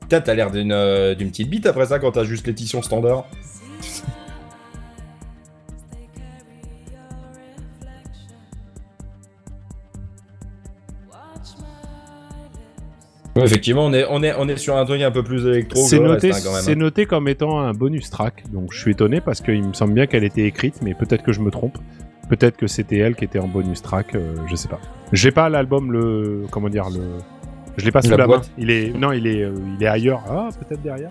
Speaker 3: Putain, t'as l'air d'une euh, d'une petite bite après ça quand t'as juste l'édition standard. Ouais, effectivement, on est, on, est, on est sur un truc un peu plus électro. que
Speaker 1: C'est
Speaker 3: le
Speaker 1: noté,
Speaker 3: reste, hein, quand même.
Speaker 1: c'est noté comme étant un bonus track. Donc je suis étonné parce qu'il me semble bien qu'elle était écrite, mais peut-être que je me trompe. Peut-être que c'était elle qui était en bonus track. euh, je sais pas. J'ai pas l'album le comment dire le. Je l'ai pas sous la,
Speaker 3: La
Speaker 1: main.
Speaker 3: boîte.
Speaker 1: Il est non, il est euh, il est ailleurs. Ah peut-être derrière.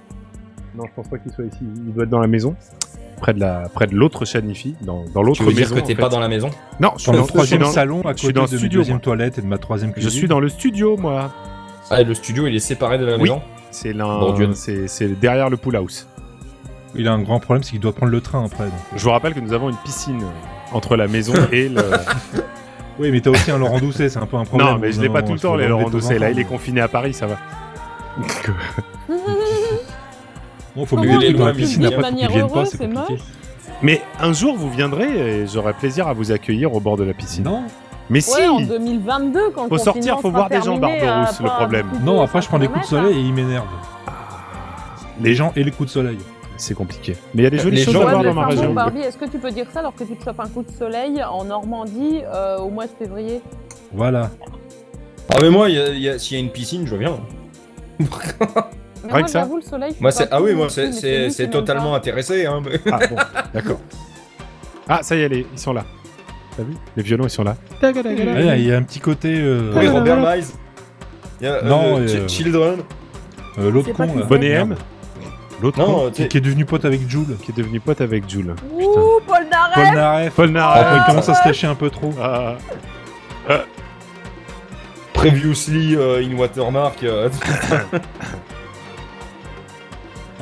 Speaker 1: Non, je pense pas qu'il soit ici. Il doit être dans la maison, près de la près de l'autre chaîne IFI, dans, dans l'autre
Speaker 3: Tu veux
Speaker 1: maison.
Speaker 3: dire que
Speaker 1: en
Speaker 3: t'es
Speaker 1: fait.
Speaker 3: pas dans la maison
Speaker 1: Non, je suis
Speaker 2: Dans le
Speaker 1: dans- je suis
Speaker 2: troisième
Speaker 1: dans-
Speaker 2: salon, à
Speaker 1: je suis dans
Speaker 2: côté
Speaker 1: le
Speaker 2: de mes
Speaker 1: studio,
Speaker 2: deuxième
Speaker 1: moi.
Speaker 2: toilette et de ma troisième
Speaker 1: Je
Speaker 2: cuisine.
Speaker 1: suis dans le studio, moi.
Speaker 3: Ah, et le studio il est séparé de la
Speaker 1: Oui.
Speaker 3: maison
Speaker 1: C'est
Speaker 3: Bon Dieu.
Speaker 1: l'un, c'est c'est derrière le pool house.
Speaker 2: Il a un grand problème, c'est qu'il doit prendre le train après. donc.
Speaker 1: Je vous rappelle que nous avons une piscine euh, entre la
Speaker 3: [LAUGHS]
Speaker 1: maison et le.
Speaker 2: Oui, mais t'as aussi un Laurent Doucet, c'est un peu un problème.
Speaker 1: non, mais je l'ai pas tout le temps les Laurent Doucet. Là, il est
Speaker 2: con.
Speaker 1: confiné à Paris, ça va.
Speaker 2: Bon, faut
Speaker 7: Comment
Speaker 2: mieux
Speaker 3: il est
Speaker 2: dans la
Speaker 3: loin,
Speaker 2: piscine
Speaker 3: mais
Speaker 2: après
Speaker 7: de
Speaker 2: qu'il
Speaker 7: manière
Speaker 2: vienne pas,
Speaker 7: heureuse,
Speaker 2: c'est
Speaker 7: c'est
Speaker 2: compliqué.
Speaker 1: Mais un jour vous viendrez et j'aurai plaisir à vous accueillir au bord de la piscine.
Speaker 2: Non,
Speaker 1: Mais si.
Speaker 7: Ouais, en 2022, quand le
Speaker 1: Faut sortir,
Speaker 7: confinement
Speaker 1: faut
Speaker 7: sera
Speaker 1: voir des gens,
Speaker 7: terminé,
Speaker 1: Barberousse,
Speaker 7: euh,
Speaker 1: le
Speaker 7: pas-
Speaker 1: problème.
Speaker 2: non, après je prends des coups de soleil et il m'énerve. Les gens et les coups de soleil.
Speaker 1: C'est compliqué. Mais il y a des jolies
Speaker 3: Euh, Les
Speaker 1: choses
Speaker 3: gens
Speaker 1: à voir
Speaker 3: veulent
Speaker 1: dans ma
Speaker 3: faire
Speaker 7: Pardon,
Speaker 1: région.
Speaker 3: beau
Speaker 7: Barbie, est-ce que tu peux dire ça alors que tu te chopes un coup de soleil en Normandie euh, au mois de février
Speaker 2: Voilà.
Speaker 3: Ah, mais moi, il y a- il y a- s'il y a une piscine, je viens.
Speaker 7: Mais
Speaker 1: Rien
Speaker 7: moi,
Speaker 1: que ça.
Speaker 7: j'avoue, le soleil. je
Speaker 3: Moi,
Speaker 7: suis
Speaker 3: c'est...
Speaker 7: pas
Speaker 3: Ah oui,
Speaker 7: cool
Speaker 3: moi,
Speaker 7: du
Speaker 3: c'est,
Speaker 7: tout, mais
Speaker 3: c'est-
Speaker 7: lui qui
Speaker 3: c'est
Speaker 7: m'aime
Speaker 3: totalement
Speaker 7: pas.
Speaker 3: intéressé. Hein.
Speaker 1: Ah
Speaker 3: [LAUGHS]
Speaker 1: bon, d'accord. Ah, ça y est, les- ils sont là. T'as vu Les violons, ils sont là.
Speaker 2: Ah, Il y a un petit côté. euh,
Speaker 3: Oui, Robert Miles. Il y a, euh,
Speaker 2: Non,
Speaker 3: Ch-
Speaker 2: euh,
Speaker 3: Children.
Speaker 2: euh, L'autre
Speaker 5: C'est pas
Speaker 2: con
Speaker 5: qui
Speaker 3: Ah.
Speaker 2: là.
Speaker 1: Bonnet
Speaker 2: Merde.
Speaker 1: M. L'autre con
Speaker 3: Non, tu
Speaker 2: Qui
Speaker 3: sais,
Speaker 2: qui est devenu pote avec Jules.
Speaker 1: qui est devenu pote avec Jules.
Speaker 5: Ouh, Paul Naref
Speaker 2: Paul Naref.
Speaker 1: Paul
Speaker 2: Ah, quand
Speaker 1: Naref.
Speaker 2: il commence à se lâcher un peu trop.
Speaker 1: Ah.
Speaker 3: Previously euh, in Watermark. euh, [LAUGHS]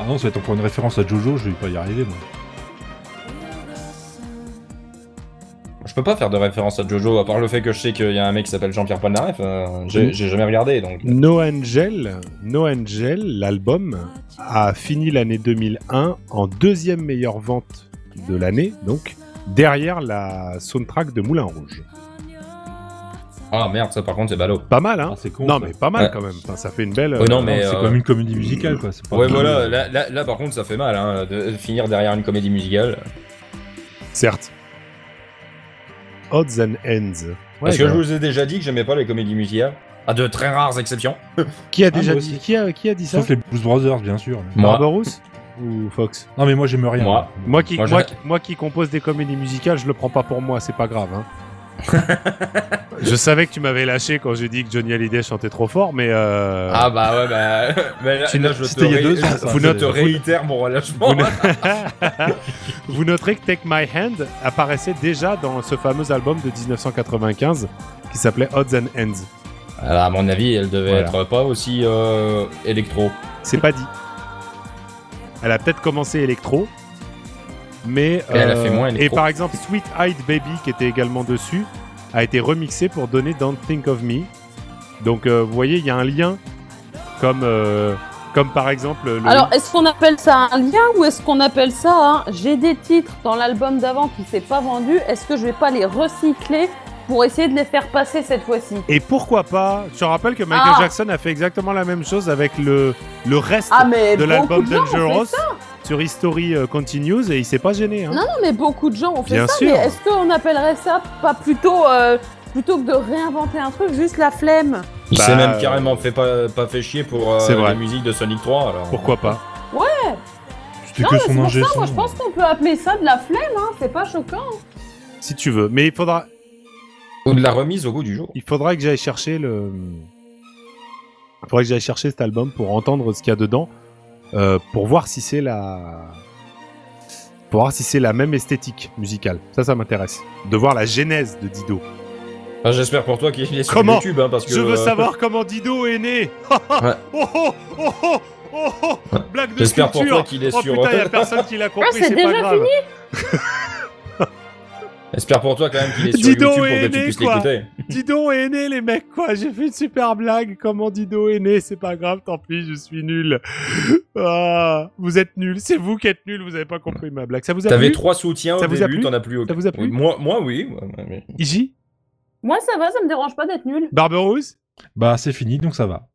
Speaker 2: Ah non, ça va être encore une référence à Jojo, je vais pas y arriver moi.
Speaker 3: Je peux pas faire de référence à Jojo, à part le fait que je sais qu'il y a un mec qui s'appelle Jean-Pierre Polnareff. euh,
Speaker 2: Mm.
Speaker 3: j'ai, j'ai jamais regardé, donc.
Speaker 1: No Angel, No Angel, l'album, a fini l'année 2001 en deuxième meilleure vente de l'année, donc derrière la soundtrack de Moulin Rouge.
Speaker 3: Ah merde, ça par contre, c'est ballot.
Speaker 1: Pas mal, hein
Speaker 2: Ah, c'est con.
Speaker 1: Non,
Speaker 2: ça.
Speaker 1: mais pas mal
Speaker 3: Ouais.
Speaker 1: quand même. Enfin, ça fait une belle.
Speaker 3: Ouais, non,
Speaker 1: euh,
Speaker 3: mais,
Speaker 2: c'est
Speaker 3: euh,
Speaker 2: comme une comédie musicale quoi. c'est pas-
Speaker 3: Ouais, voilà, là, là, là, par contre, ça fait mal, hein, de finir derrière une comédie musicale.
Speaker 1: Certes. Odds and Ends.
Speaker 3: Parce que
Speaker 1: bah,
Speaker 3: je vous ai déjà dit que j'aimais pas les comédies musicales. À de très rares exceptions.
Speaker 1: Qui
Speaker 3: Ah,
Speaker 1: a
Speaker 2: moi
Speaker 1: déjà
Speaker 2: aussi.
Speaker 1: dit qui a, qui a dit ça
Speaker 2: Sauf les Blues Brothers, bien sûr. mais-
Speaker 3: Moi.
Speaker 1: Barbarousse ou Fox
Speaker 2: Non, mais moi, j'aime rien.
Speaker 3: Moi.
Speaker 1: Moi qui,
Speaker 3: Moi,
Speaker 1: moi,
Speaker 3: je-
Speaker 1: qui- moi qui compose des comédies musicales, je le prends pas pour moi, c'est pas grave. hein.
Speaker 3: [LAUGHS]
Speaker 1: je savais que tu m'avais lâché quand j'ai dit que Johnny Hallyday chantait trop fort, mais euh,
Speaker 3: Ah bah ouais, bah. [LAUGHS] mais là,
Speaker 2: Tu
Speaker 3: là,
Speaker 2: n'as-
Speaker 3: je te,
Speaker 2: c'était il y a deux
Speaker 3: ré-
Speaker 2: ans, ça,
Speaker 3: vous
Speaker 2: c'est-
Speaker 3: te réitère mon relâchement.
Speaker 1: vous, no- Vous noterez que Take My Hand apparaissait déjà dans ce fameux album de 1995 qui s'appelait Odds and Ends.
Speaker 3: Alors, à mon avis, elle devait
Speaker 1: Voilà.
Speaker 3: être pas aussi euh, électro.
Speaker 1: C'est pas dit. Elle a peut-être commencé électro, mais euh,
Speaker 3: Et elle a fait moins électro.
Speaker 1: Et par exemple, Sweet Eyed Baby, qui était également dessus, a été remixé pour donner Don't Think of Me. Donc, euh, vous voyez, il y a un lien, comme, euh, comme par exemple le.
Speaker 4: Alors, est-ce qu'on appelle ça un lien ou est-ce qu'on appelle ça un j'ai des titres dans l'album d'avant qui s'est pas vendu, est-ce que je vais pas les recycler pour essayer de les faire passer cette fois-ci
Speaker 1: Et pourquoi pas Je te rappelle que Michael
Speaker 4: Ah.
Speaker 1: Jackson a fait exactement la même chose avec le, le reste
Speaker 4: Ah mais
Speaker 1: de
Speaker 4: beaucoup
Speaker 1: l'album
Speaker 4: de gens ont fait
Speaker 1: Dangerous
Speaker 4: ça.
Speaker 1: sur History euh, Continues et il s'est pas gêné. hein.
Speaker 4: Non, non, mais beaucoup de gens ont fait
Speaker 1: Bien
Speaker 4: ça.
Speaker 1: sûr.
Speaker 4: Mais est-ce qu'on appellerait ça pas plutôt euh, plutôt que de réinventer un truc, juste la flemme
Speaker 3: Il
Speaker 1: Bah,
Speaker 3: s'est même
Speaker 1: euh,
Speaker 3: carrément fait pas, pas fait chier pour euh,
Speaker 1: C'est vrai.
Speaker 3: la musique de Sonic 3. Alors.
Speaker 1: Pourquoi pas
Speaker 2: C'était
Speaker 4: Non,
Speaker 2: que
Speaker 4: mais
Speaker 2: son
Speaker 4: c'est pour
Speaker 2: ingé
Speaker 4: ça. Moi,
Speaker 2: son.
Speaker 4: je pense qu'on peut appeler ça de la flemme. Hein. C'est pas choquant.
Speaker 1: Si tu veux. Mais il faudra,
Speaker 3: Ou de la remise au goût du jour.
Speaker 1: Il faudra que j'aille chercher le. Il faudra que j'aille chercher cet album pour entendre ce qu'il y a dedans, euh, pour voir si c'est la. Pour voir si c'est la même esthétique musicale. Ça, ça m'intéresse. De voir la genèse de Dido.
Speaker 3: Ah, J'espère pour toi qu'il est sur
Speaker 1: Comment
Speaker 3: YouTube. hein, parce que,
Speaker 1: Je veux
Speaker 3: euh,
Speaker 1: savoir comment Dido est né. [LAUGHS] Oh oh oh oh oh oh Blague de
Speaker 3: J'espère pour toi
Speaker 1: culture.
Speaker 3: qu'il est
Speaker 1: Oh
Speaker 3: sur.
Speaker 1: putain, y a personne qui
Speaker 4: [LAUGHS]
Speaker 1: l'a compris,
Speaker 4: Ah, c'est
Speaker 1: c'est pas
Speaker 4: déjà
Speaker 1: grave.
Speaker 3: J'espère pour toi quand même qu'il
Speaker 1: [LAUGHS]
Speaker 3: est sur
Speaker 1: Dis donc,
Speaker 3: YouTube pour que
Speaker 1: aîné,
Speaker 3: tu puisses
Speaker 1: quoi.
Speaker 3: l'écouter.
Speaker 1: Dido est né, les mecs, quoi. J'ai fait une super blague. Comment Dido est né C'est pas grave, tant pis, je suis nul. Ah, vous êtes nul. C'est vous qui êtes nul. Vous avez pas compris ma blague. Ça vous a
Speaker 3: T'avais
Speaker 1: plu
Speaker 3: trois soutiens
Speaker 1: Ça
Speaker 3: au
Speaker 1: vous a
Speaker 3: début,
Speaker 1: plu
Speaker 3: t'en as plus aucun.
Speaker 1: Ça vous a plu
Speaker 3: Oui, moi, moi, oui. ouais, ouais, mais-
Speaker 1: Iji
Speaker 4: Moi, ça va. Ça me dérange pas d'être nul.
Speaker 1: Barberousse
Speaker 2: Bah, c'est fini, donc ça va.